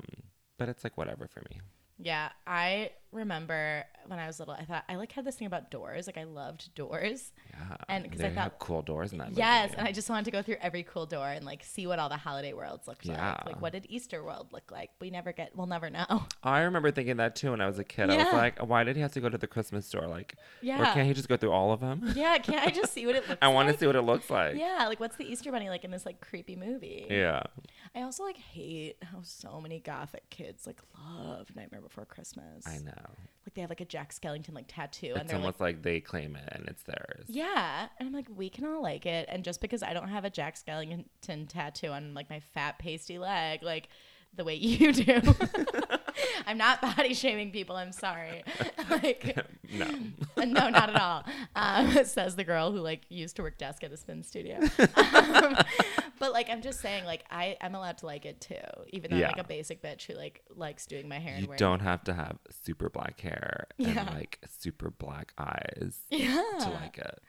but it's like whatever for me. Yeah, I remember when I was little, I thought I like had this thing about doors. Like I loved doors. Yeah. And 'cause I they thought- have cool doors in that movie. Yes, and I just wanted to go through every cool door and like see what all the holiday worlds looked Yeah. like. Like what did Easter world look like? We never get we'll never [laughs] know. I remember thinking that too when I was a kid. I Yeah. was like, why did he have to go to the Christmas store? Like, or Yeah. can't he just go through all [laughs] of them? Yeah, can't I just see what it looks [laughs] I want like? to see what [laughs] it looks like. Yeah, like what's the Easter bunny like in this like creepy movie? Yeah. I also like hate how so many gothic kids like love Nightmare Before Christmas. I know. Like they have like a Jack Skellington like tattoo and It's they're like almost like, they claim it and it's theirs. Yeah. And I'm like, we can all like it. And just because I don't have a Jack Skellington tattoo on like my fat pasty leg, like the way [laughs] you do. [laughs] I'm not body shaming people, I'm [laughs] sorry. [laughs] like No. [laughs] no, not at all. Um, [laughs] says the girl who like used to work desk at a spin studio. [laughs] um, but like I'm just saying, like I I'm allowed to like it too, even though Yeah. I'm like a basic bitch who like likes doing my hair and You wearing. don't have to have super black hair Yeah. and like super black eyes [laughs] Yeah. [laughs] to like it.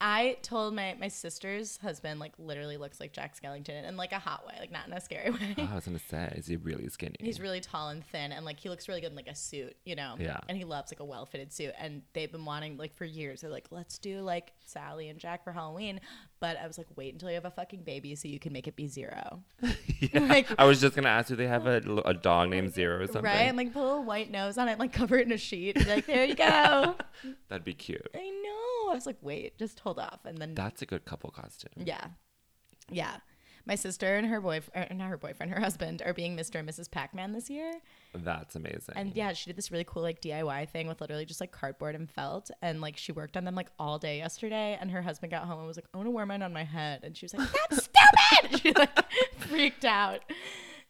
I told my my sister's husband like literally looks like Jack Skellington in like a hot way, like not in a scary [laughs] way. Oh, I was gonna say, is he really skinny? [laughs] He's really tall and thin, and like he looks really good in like a suit, you know. Yeah. And he loves like a well fitted suit, and they've been wanting like for years. They're like, let's do like Sally and Jack for Halloween, but I was like, wait until you have a fucking baby so you can make it be zero, Yeah. like- I was just gonna ask, do they have a, a dog named Zero or something? right? And like put a little white nose on it, like [laughs] cover it in a sheet. Be like there you go. [laughs] I That'd be cute. know. I was like, wait, just hold off, and then That's a good couple costume. Yeah. Yeah. My sister and her boyfriend, not her boyfriend, her husband are being Mr. and Mrs. Pac Man this year. That's amazing. And yeah, she did this really cool like DIY thing with literally just like cardboard and felt. And like she worked on them like all day yesterday. And her husband got home and was like, I want to wear mine on my head. And she was like, [laughs] That's stupid. And she like [laughs] freaked out.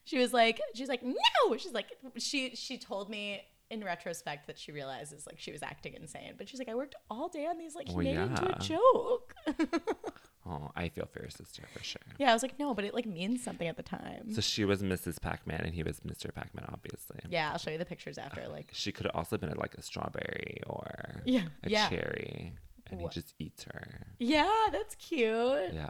She was like, She's like, No. She's like, She she told me in retrospect that she realizes like she was acting insane. But she's like, I worked all day on these. Like, he Well, made it into yeah. a joke. [laughs] oh, I feel for your sister for sure. Yeah, I was like, no, but it like means something at the time. So she was Mrs. Pac-Man and he was Mr. Pac-Man, obviously. yeah, I'll show you the pictures after. Like, She could have also been like a strawberry or [laughs] Yeah, a yeah. cherry, and Wha- Uh, he just eats her. yeah, that's cute. Yeah.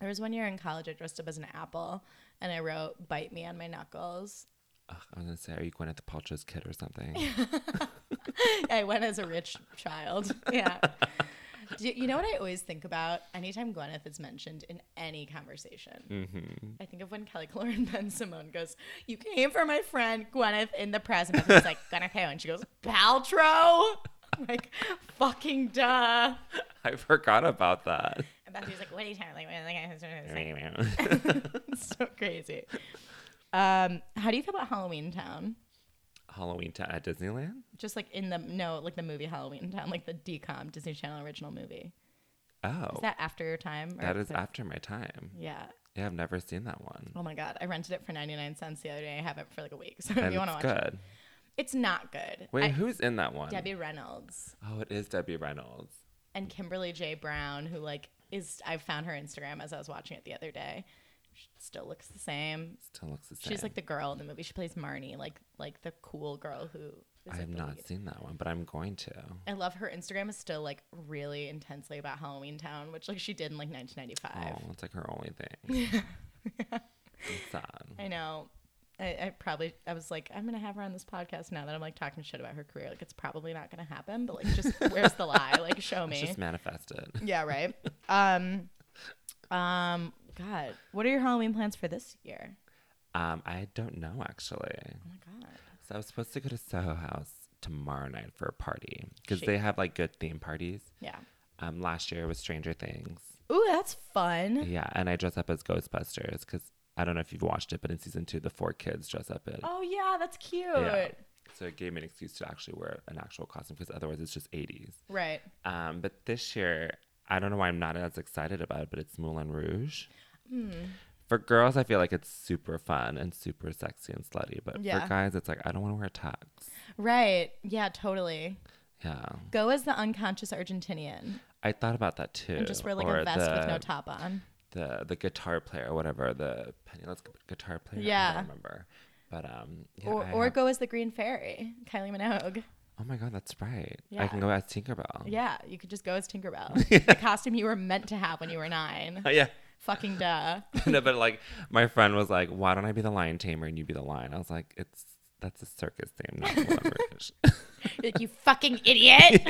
There was one year in college I dressed up as an apple and I wrote "bite me on my knuckles." [laughs] Ugh, I was gonna say, are you Gwyneth Paltrow's kid or something? I went as a rich child. [laughs] Yeah. Do, you know what I always think about anytime Gwyneth is mentioned in any conversation? I think of when Kelly Clark and [laughs] Ben Simone goes, "You came for my friend Gwyneth in the present." And it's like Gwyneth who, and she goes, "Paltrow." [laughs] I'm like, fucking duh. [laughs] I forgot [laughs] about that. And Bethy's like, what are you talking about? Like, I it's [laughs] so crazy. Um, how do you feel about Halloween Town? [laughs] Halloween t- at Disneyland. Just like in the no, like the movie Halloween Town, like the DCOM Disney Channel original movie. Oh, Is that after your time? or- that is after my time. Yeah. Yeah, I've never seen that one. Oh my god, I rented it for ninety nine cents the other day. I have it for like a week. [laughs] So if [laughs] And you want to it's watch it, good. it's not good. Wait, I- who's in that one? Debbie Reynolds Oh, it is Debbie Reynolds. and Kimberly J Brown, who like is I found her Instagram as I was watching it the other day. She still looks the same. Still looks the same. She's like the girl in the movie. She plays Marnie, like like the cool girl who. Is I like, have the not lead. seen that one, but I'm going to. I love her Instagram is still like really intensely about Halloween Town, which like she did in like 1995. Oh, it's like her only [laughs] thing. It's sad. I know. I, I probably I was like I'm gonna have her on this podcast now that I'm like talking shit about her career. Like it's probably not gonna happen, but [laughs] like just where's the lie? Like show It's me. just manifested. Yeah, [laughs] right. Um, um, God, what are your Halloween plans for this year? Um, I don't know actually. Oh my God. So I was supposed to go to Soho House tomorrow night for a party because Shit. they have like good theme parties. Yeah. Um, last year it was Stranger Things. Ooh, that's fun. Yeah, and I dress up as Ghostbusters because I don't know if you've watched it, but in season two the four kids dress up in. Oh yeah, that's cute. Yeah. So it gave me an excuse to actually wear an actual costume because otherwise it's just 80s. Right. Um, but this year, I don't know why I'm not as excited about it, but it's Moulin Rouge. Hmm. For girls, I feel like it's super fun and super sexy and slutty. But Yeah. for guys, it's like, I don't want to wear a tux. Right. Yeah, totally. Yeah. Go as the unconscious Argentinian I thought about that too. and just wear like Or a vest with the- no top on. The, the guitar player, or whatever, the penniless gu- guitar player. I Yeah. don't remember. But, um, yeah, or I or have- go as the Green Fairy, Kylie Minogue. oh my God, that's right. Yeah. I can go as Tinkerbell. Yeah, you could just go as [laughs] Tinkerbell. the costume you were meant to have when you were nine. Oh, [laughs] yeah. Fucking duh. no, but like my friend was like, "Why don't I be the lion tamer and you be the lion?" I was like, "It's that's a circus name, not Moulin Rouge." Like, you fucking [laughs] idiot.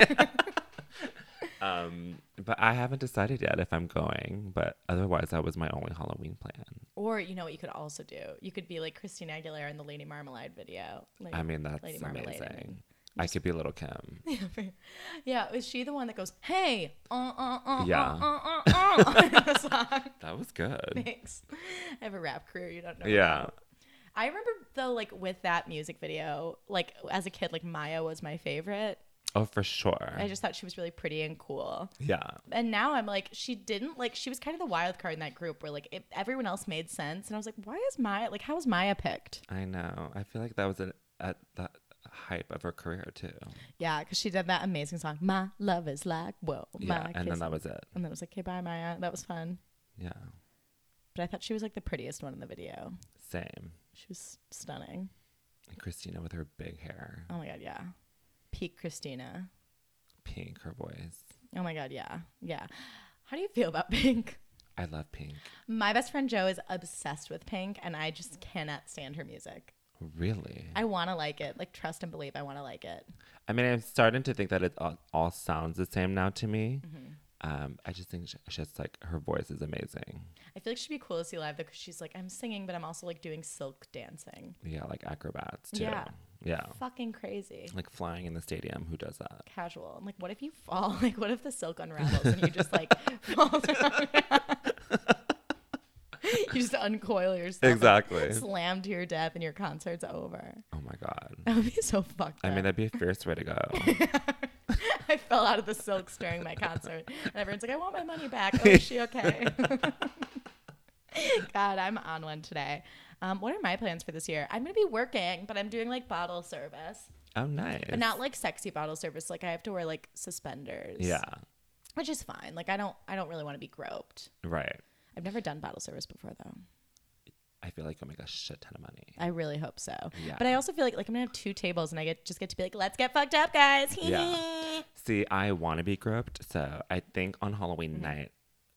um, but I haven't decided yet if I'm going. But otherwise, that was my only Halloween plan. Or you know what you could also do? You could be like Christina Aguilera in the Lady Marmalade video. Like, I mean, that's Lady Marmalade, I amazing. mean. I could be Little Kim. [laughs] yeah, is she the one that goes, "Hey, uh, uh, uh, Yeah. uh, uh, uh," [laughs] in the [laughs] song? That was good. Thanks. I have a rap career you don't know. Yeah. I remember though, like with that music video, like as a kid, like Maya was my favorite. Oh, for sure. I just thought she was really pretty and cool. yeah. And now I'm like, she didn't like. She was kind of the wild card in that group, where like it, everyone else made sense, and I was like, why is Maya like? How was Maya picked? I know. I feel like that was an, at that hype of her career too. Yeah, because she did that amazing song, "My Love Is Like Whoa." My Yeah. And kiss. then that was it. and then it was like, "Okay, bye, Maya." That was fun. Yeah. But I thought she was like the prettiest one in the video. Same. She was stunning. And Christina with her big hair, Oh my god, yeah, peak Christina. pink, her voice. Oh my god, yeah. Yeah. How do you feel about [laughs] pink? I love Pink. My best friend Joe is obsessed with pink and I just cannot stand her music. Really? I want to like it. Like trust and believe I want to like it. I mean, I'm starting to think that it all, all sounds the same now to me. Mm-hmm. Um, I just think she, she's like her voice is amazing. I feel like she'd be cool to see live because she's like I'm singing but I'm also like doing silk dancing. Yeah, like acrobats too. Yeah. Yeah. Fucking crazy. Like flying in the stadium. Who does that? Casual. I'm like, what if you fall? [laughs] Like, what if the silk unravels and you just [laughs] like fall down? you just uncoil yourself. Exactly. Slam to your death and your concert's over. Oh my god. That would be so fucked I up. mean, that'd be a fierce way [laughs] to go. I fell out of the silks during my concert, and everyone's like, "I want my money back." Oh, is she okay? [laughs] God, I'm on one today. Um, what are my plans for this year? I'm gonna be working, but I'm doing like bottle service, Oh, nice. but not like sexy bottle service. Like I have to wear like suspenders. Yeah. which is fine. Like I don't, I don't really want to be groped. Right. I've never done bottle service before though. I feel like you'll make a shit ton of money. I really hope so. Yeah. But I also feel like like I'm gonna have two tables, and I get just get to be like, "Let's get fucked up, guys." [laughs] Yeah. See, I want to be groped, so I think on Halloween Mm-hmm. night,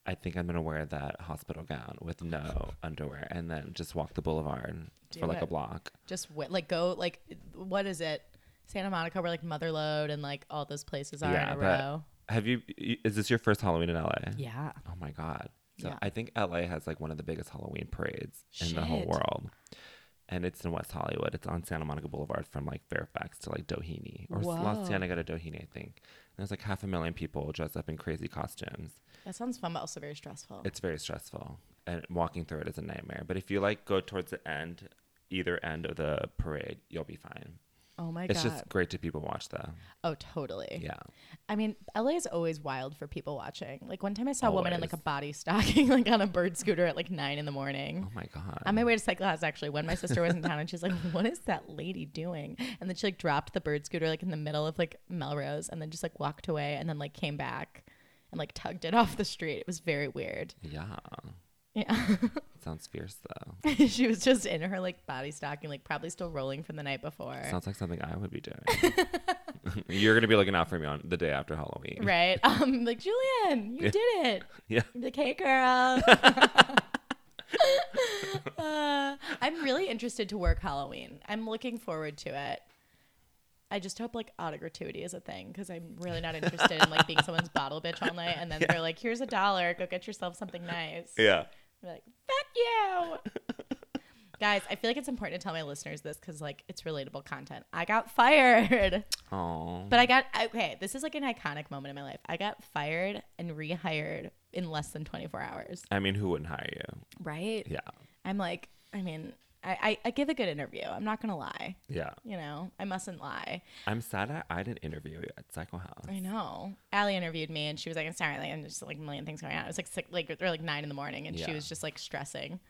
I think I'm gonna wear that hospital gown [laughs] with no underwear and then just walk the boulevard Do for like a it. block. just wi- like go like what is it santa monica where like motherlode and like all those places are yeah, in a row but have you? y- Is this your first Halloween in LA? yeah Oh my god! So Yeah. I think LA has like one of the biggest Halloween parades in the whole Shit. world, and it's in West Hollywood. It's on Santa Monica Boulevard from like Fairfax to like Doheny or Whoa. La Cienega to Doheny, I think. And there's like half a million people dressed up in crazy costumes. that sounds fun but also very stressful It's very stressful, and walking through it is a nightmare. But if you like go towards the end, either end of the parade, you'll be fine. oh my It's god just great to people watch though. oh totally [laughs] Yeah. i mean la is always wild for people watching like one time i saw a woman in like a Always. body stocking [laughs] like on a bird scooter at like nine in the morning Oh my god. on my way to psych class, actually, when my sister was in town, and she's like, "What is that lady doing?" And then she like dropped the bird scooter like in the middle of like Melrose, and then just like walked away, and then like came back, and like tugged it off the street. It was very weird. yeah. Yeah, [laughs] Sounds fierce though. she was just in her like body stocking, like probably still rolling from the night before. Sounds like something I would be [laughs] doing. [laughs] You're gonna be looking out for me on the day after Halloween. Right? [laughs] Um, like Julian, you Yeah. did it. [laughs] Yeah. I'm like, hey, [laughs] girl. Uh, I'm really interested to work Halloween. I'm looking forward to it. I just hope like auto gratuity is a thing because I'm really not interested in like being someone's bottle bitch all night [laughs] and then they're like, here's a dollar, go get yourself something nice. Yeah. I'm like, fuck you. Guys, I feel like it's important to tell my listeners this because like it's relatable content. I got fired. Oh. But I got okay. This is like an iconic moment in my life. I got fired and rehired in less than 24 hours. I mean, who wouldn't hire you? Right? Yeah. I'm like, I mean, I, I, I give a good interview. I'm not gonna lie. Yeah. You know, I mustn't lie. I'm sad I, I didn't interview you at Psycho House. I know. Allie interviewed me, and she was like, "I'm sorry, like, I'm just like a million things going on." It was like six, like or like nine in the morning, and she Yeah. Oh. was just like stressing.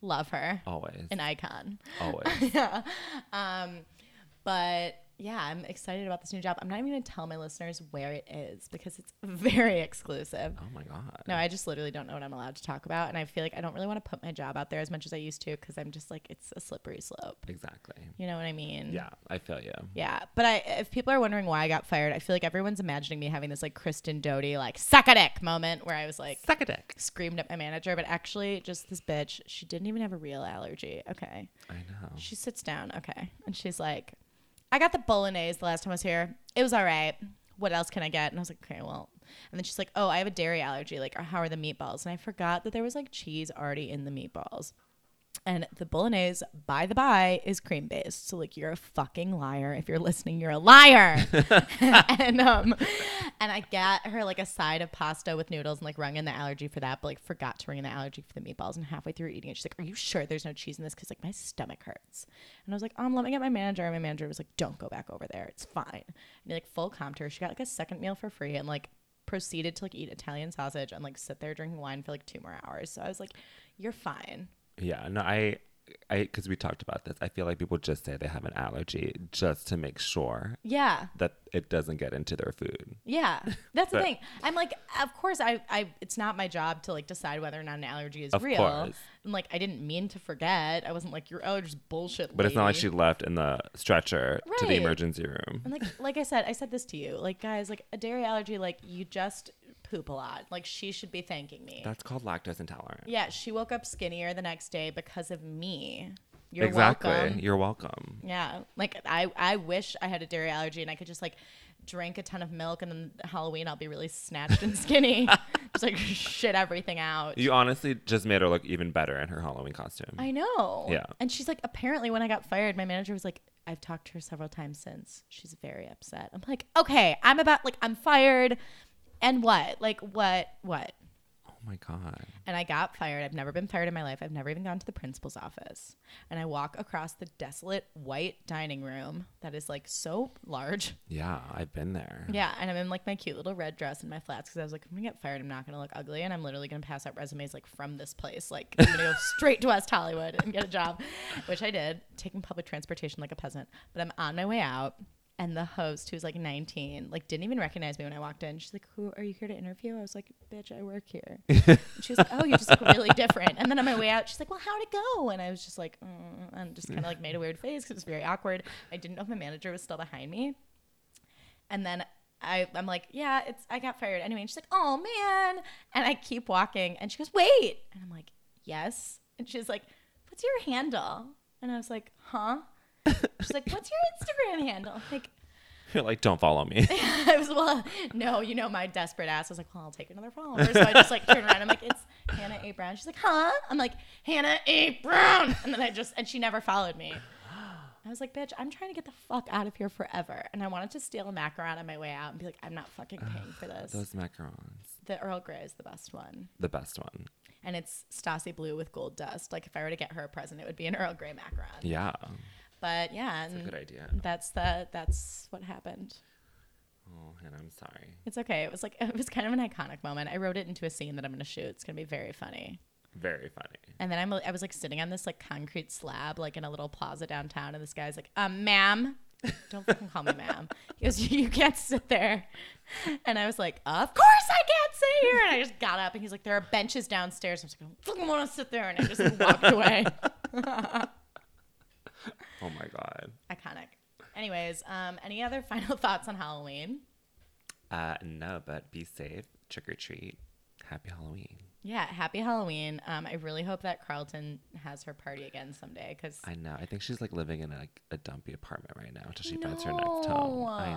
Love her, Always. an icon. [laughs] Always. But yeah, I'm excited about this new job. I'm not even gonna tell my listeners where it is because it's [laughs] very exclusive. oh my god. No, I just literally don't know what I'm allowed to talk about. And I feel like I don't really want to put my job out there as much as I used to because I'm just like, it's a slippery slope. Exactly. You know what I mean? Yeah, I feel you. Yeah. But I, if people are wondering why I got fired, I feel like everyone's imagining me having this like Kristen Doty, like, suck a dick moment where I was like, Suck a dick. screamed at my manager. But actually, just this bitch, she didn't even have a real allergy. Okay. I know. She sits down. Okay. And she's like, I got the bolognese the last time I was here. It was all right. What else can I get? And I was like, okay, well. And then she's like, oh, I have a dairy allergy. Like, how are the meatballs? And I forgot that there was like cheese already in the meatballs. And the bolognese, by the by, is cream based. So like, you're a fucking liar. If you're listening, you're a liar. [laughs] and um, and I got her like a side of pasta with noodles and like rung in the allergy for that, but like forgot to ring in the allergy for the meatballs. And halfway through eating it, she's like, "Are you sure there's no cheese in this? Because like my stomach hurts." And I was like, "Um, let me get my manager." And my manager was like, "Don't go back over there. It's fine." And he like full comped her. She got like a second meal for free and like proceeded to like eat Italian sausage and like sit there drinking wine for like two more hours. So I was like, "You're fine." Yeah, no, I I because we talked about this. I feel like people just say they have an allergy just to make sure Yeah. that it doesn't get into their food. [laughs] Yeah. That's the But- thing. I'm like, of course I, I it's not my job to like decide whether or not an allergy is Of real. course. And like I didn't mean to forget. I wasn't like your allergy's bullshit. But it's not like lady." she left in the stretcher to the Right. emergency room. And like [laughs] like I said, I said this to you. Like guys, like a dairy allergy, like you just poop a lot. Like she should be thanking me. That's called lactose intolerant. yeah, she woke up skinnier the next day because of me. You're exactly. welcome. You're welcome. Yeah. Like I I wish I had a dairy allergy and I could just like drink a ton of milk and then Halloween I'll be really snatched and [laughs] skinny. just like shit everything out. You honestly just made her look even better in her Halloween costume. I know. Yeah. And she's like, apparently, when I got fired, my manager was like, I've talked to her several times since. She's very upset. I'm like, okay, I'm about, like, I'm fired. And what? Like, what? What? oh my god. And I got fired. I've never been fired in my life. I've never even gone to the principal's office. And I walk across the desolate white dining room that is like so large. Yeah, I've been there. Yeah. And I'm in like my cute little red dress and my flats because I was like, I'm going to get fired. I'm not going to look ugly. And I'm literally going to pass out resumes like from this place. Like, I'm going to go straight to West Hollywood and get a job, which I did, taking public transportation like a peasant. But I'm on my way out. And the host, who's like 19, like didn't even recognize me when I walked in. She's like, "Who are you here to interview?" I was like, "Bitch, I work here." and she was like, "Oh, you just look really different." And then on my way out, she's like, "Well, how'd it go?" And I was just like, mm, and just kind of like made a weird face because it was very awkward. I didn't know if my manager was still behind me. And then I, I'm like, yeah, it's I got fired anyway. And she's like, oh man. And I keep walking, and she goes, wait. And I'm like, yes. And she's like, what's your handle? And I was like, huh. She's like, what's your Instagram handle? I'm Like, [laughs] You're like, don't follow [laughs] me. [laughs] I was well, no, you know my desperate ass. I was like, well, I'll take another follower. So I just like turn around. I'm like, it's Hannah A Brown. She's like, huh? I'm like, Hannah A Brown. And then I just and she never followed me. I was like, bitch, I'm trying to get the fuck out of here forever. And I wanted to steal a macaron on my way out and be like, I'm not fucking paying [sighs] for this. Those macarons. The Earl Grey is the best one. The best one. And it's Stasi Blue with gold dust. Like if I were to get her a present, it would be an Earl Grey macaron. Yeah. But yeah, That's a and good idea. that's the that's what happened. Oh, and I'm sorry. It's okay. It was like [laughs] it was kind of an iconic moment. I wrote it into a scene that I'm gonna shoot. It's gonna be very funny. Very funny. And then I'm I was like sitting on this like concrete slab like in a little plaza downtown, and this guy's like, um, ma'am, don't fucking call me [laughs] ma'am. He goes, you can't sit there. And I was like, of course I can't sit here. And I just got up, and he's like, there are benches downstairs. I was like, I don't fucking want to sit there, and I just like, walked [laughs] away. Oh my god. Iconic. Anyways, um, any other [laughs] final thoughts on Halloween? Uh, no, but be safe. Trick or treat. Happy Halloween. Yeah, happy Halloween. Um, I really hope that Carlton has her party again someday because I know. I think she's like living in like a dumpy apartment right now until she finds her next home. I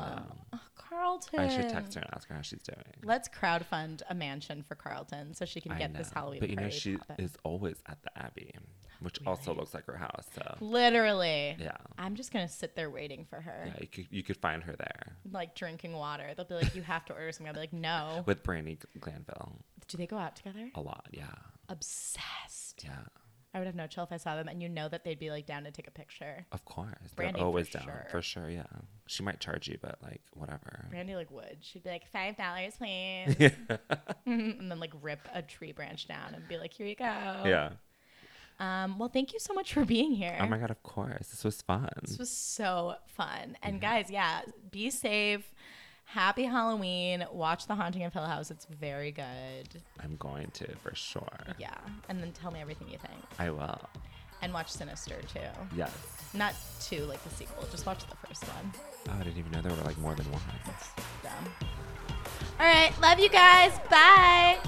know. Carlton. I should text her and ask her how she's doing. Let's crowdfund a mansion for Carlton so she can I get this know. Halloween But you know, party she poppin'. is always at the Abbey, which also looks like her house. So Literally. yeah, I'm just gonna sit there waiting for her, yeah, you could you could find her there like drinking water. They'll be like, "You have to order something." I'll be like, "No." with Brandy Glanville Do they go out together? a lot. Yeah, Obsessed. yeah, I would have no chill if I saw them, and you know that they'd be like down to take a picture. of course. Brandy They're for always down sure. for sure. Yeah, she might charge you, but like whatever. Brandy like would. She'd be like, five dollars, [laughs] please. [laughs] and then like rip a tree branch down and be like, here you go. Yeah. Oh, Um, well, thank you so much for being here. Oh my god. Of course, this was fun. this was so fun. And guys, yeah, be safe. Happy Halloween. Watch The Haunting of Hill House. It's very good. I'm going to for sure. Yeah. And then tell me everything you think. I will. And watch Sinister too. Yes. Not two, like the sequel. Just watch the first one. Oh, I didn't even know there were like more than one. Dumb. All right. Love you guys. Bye.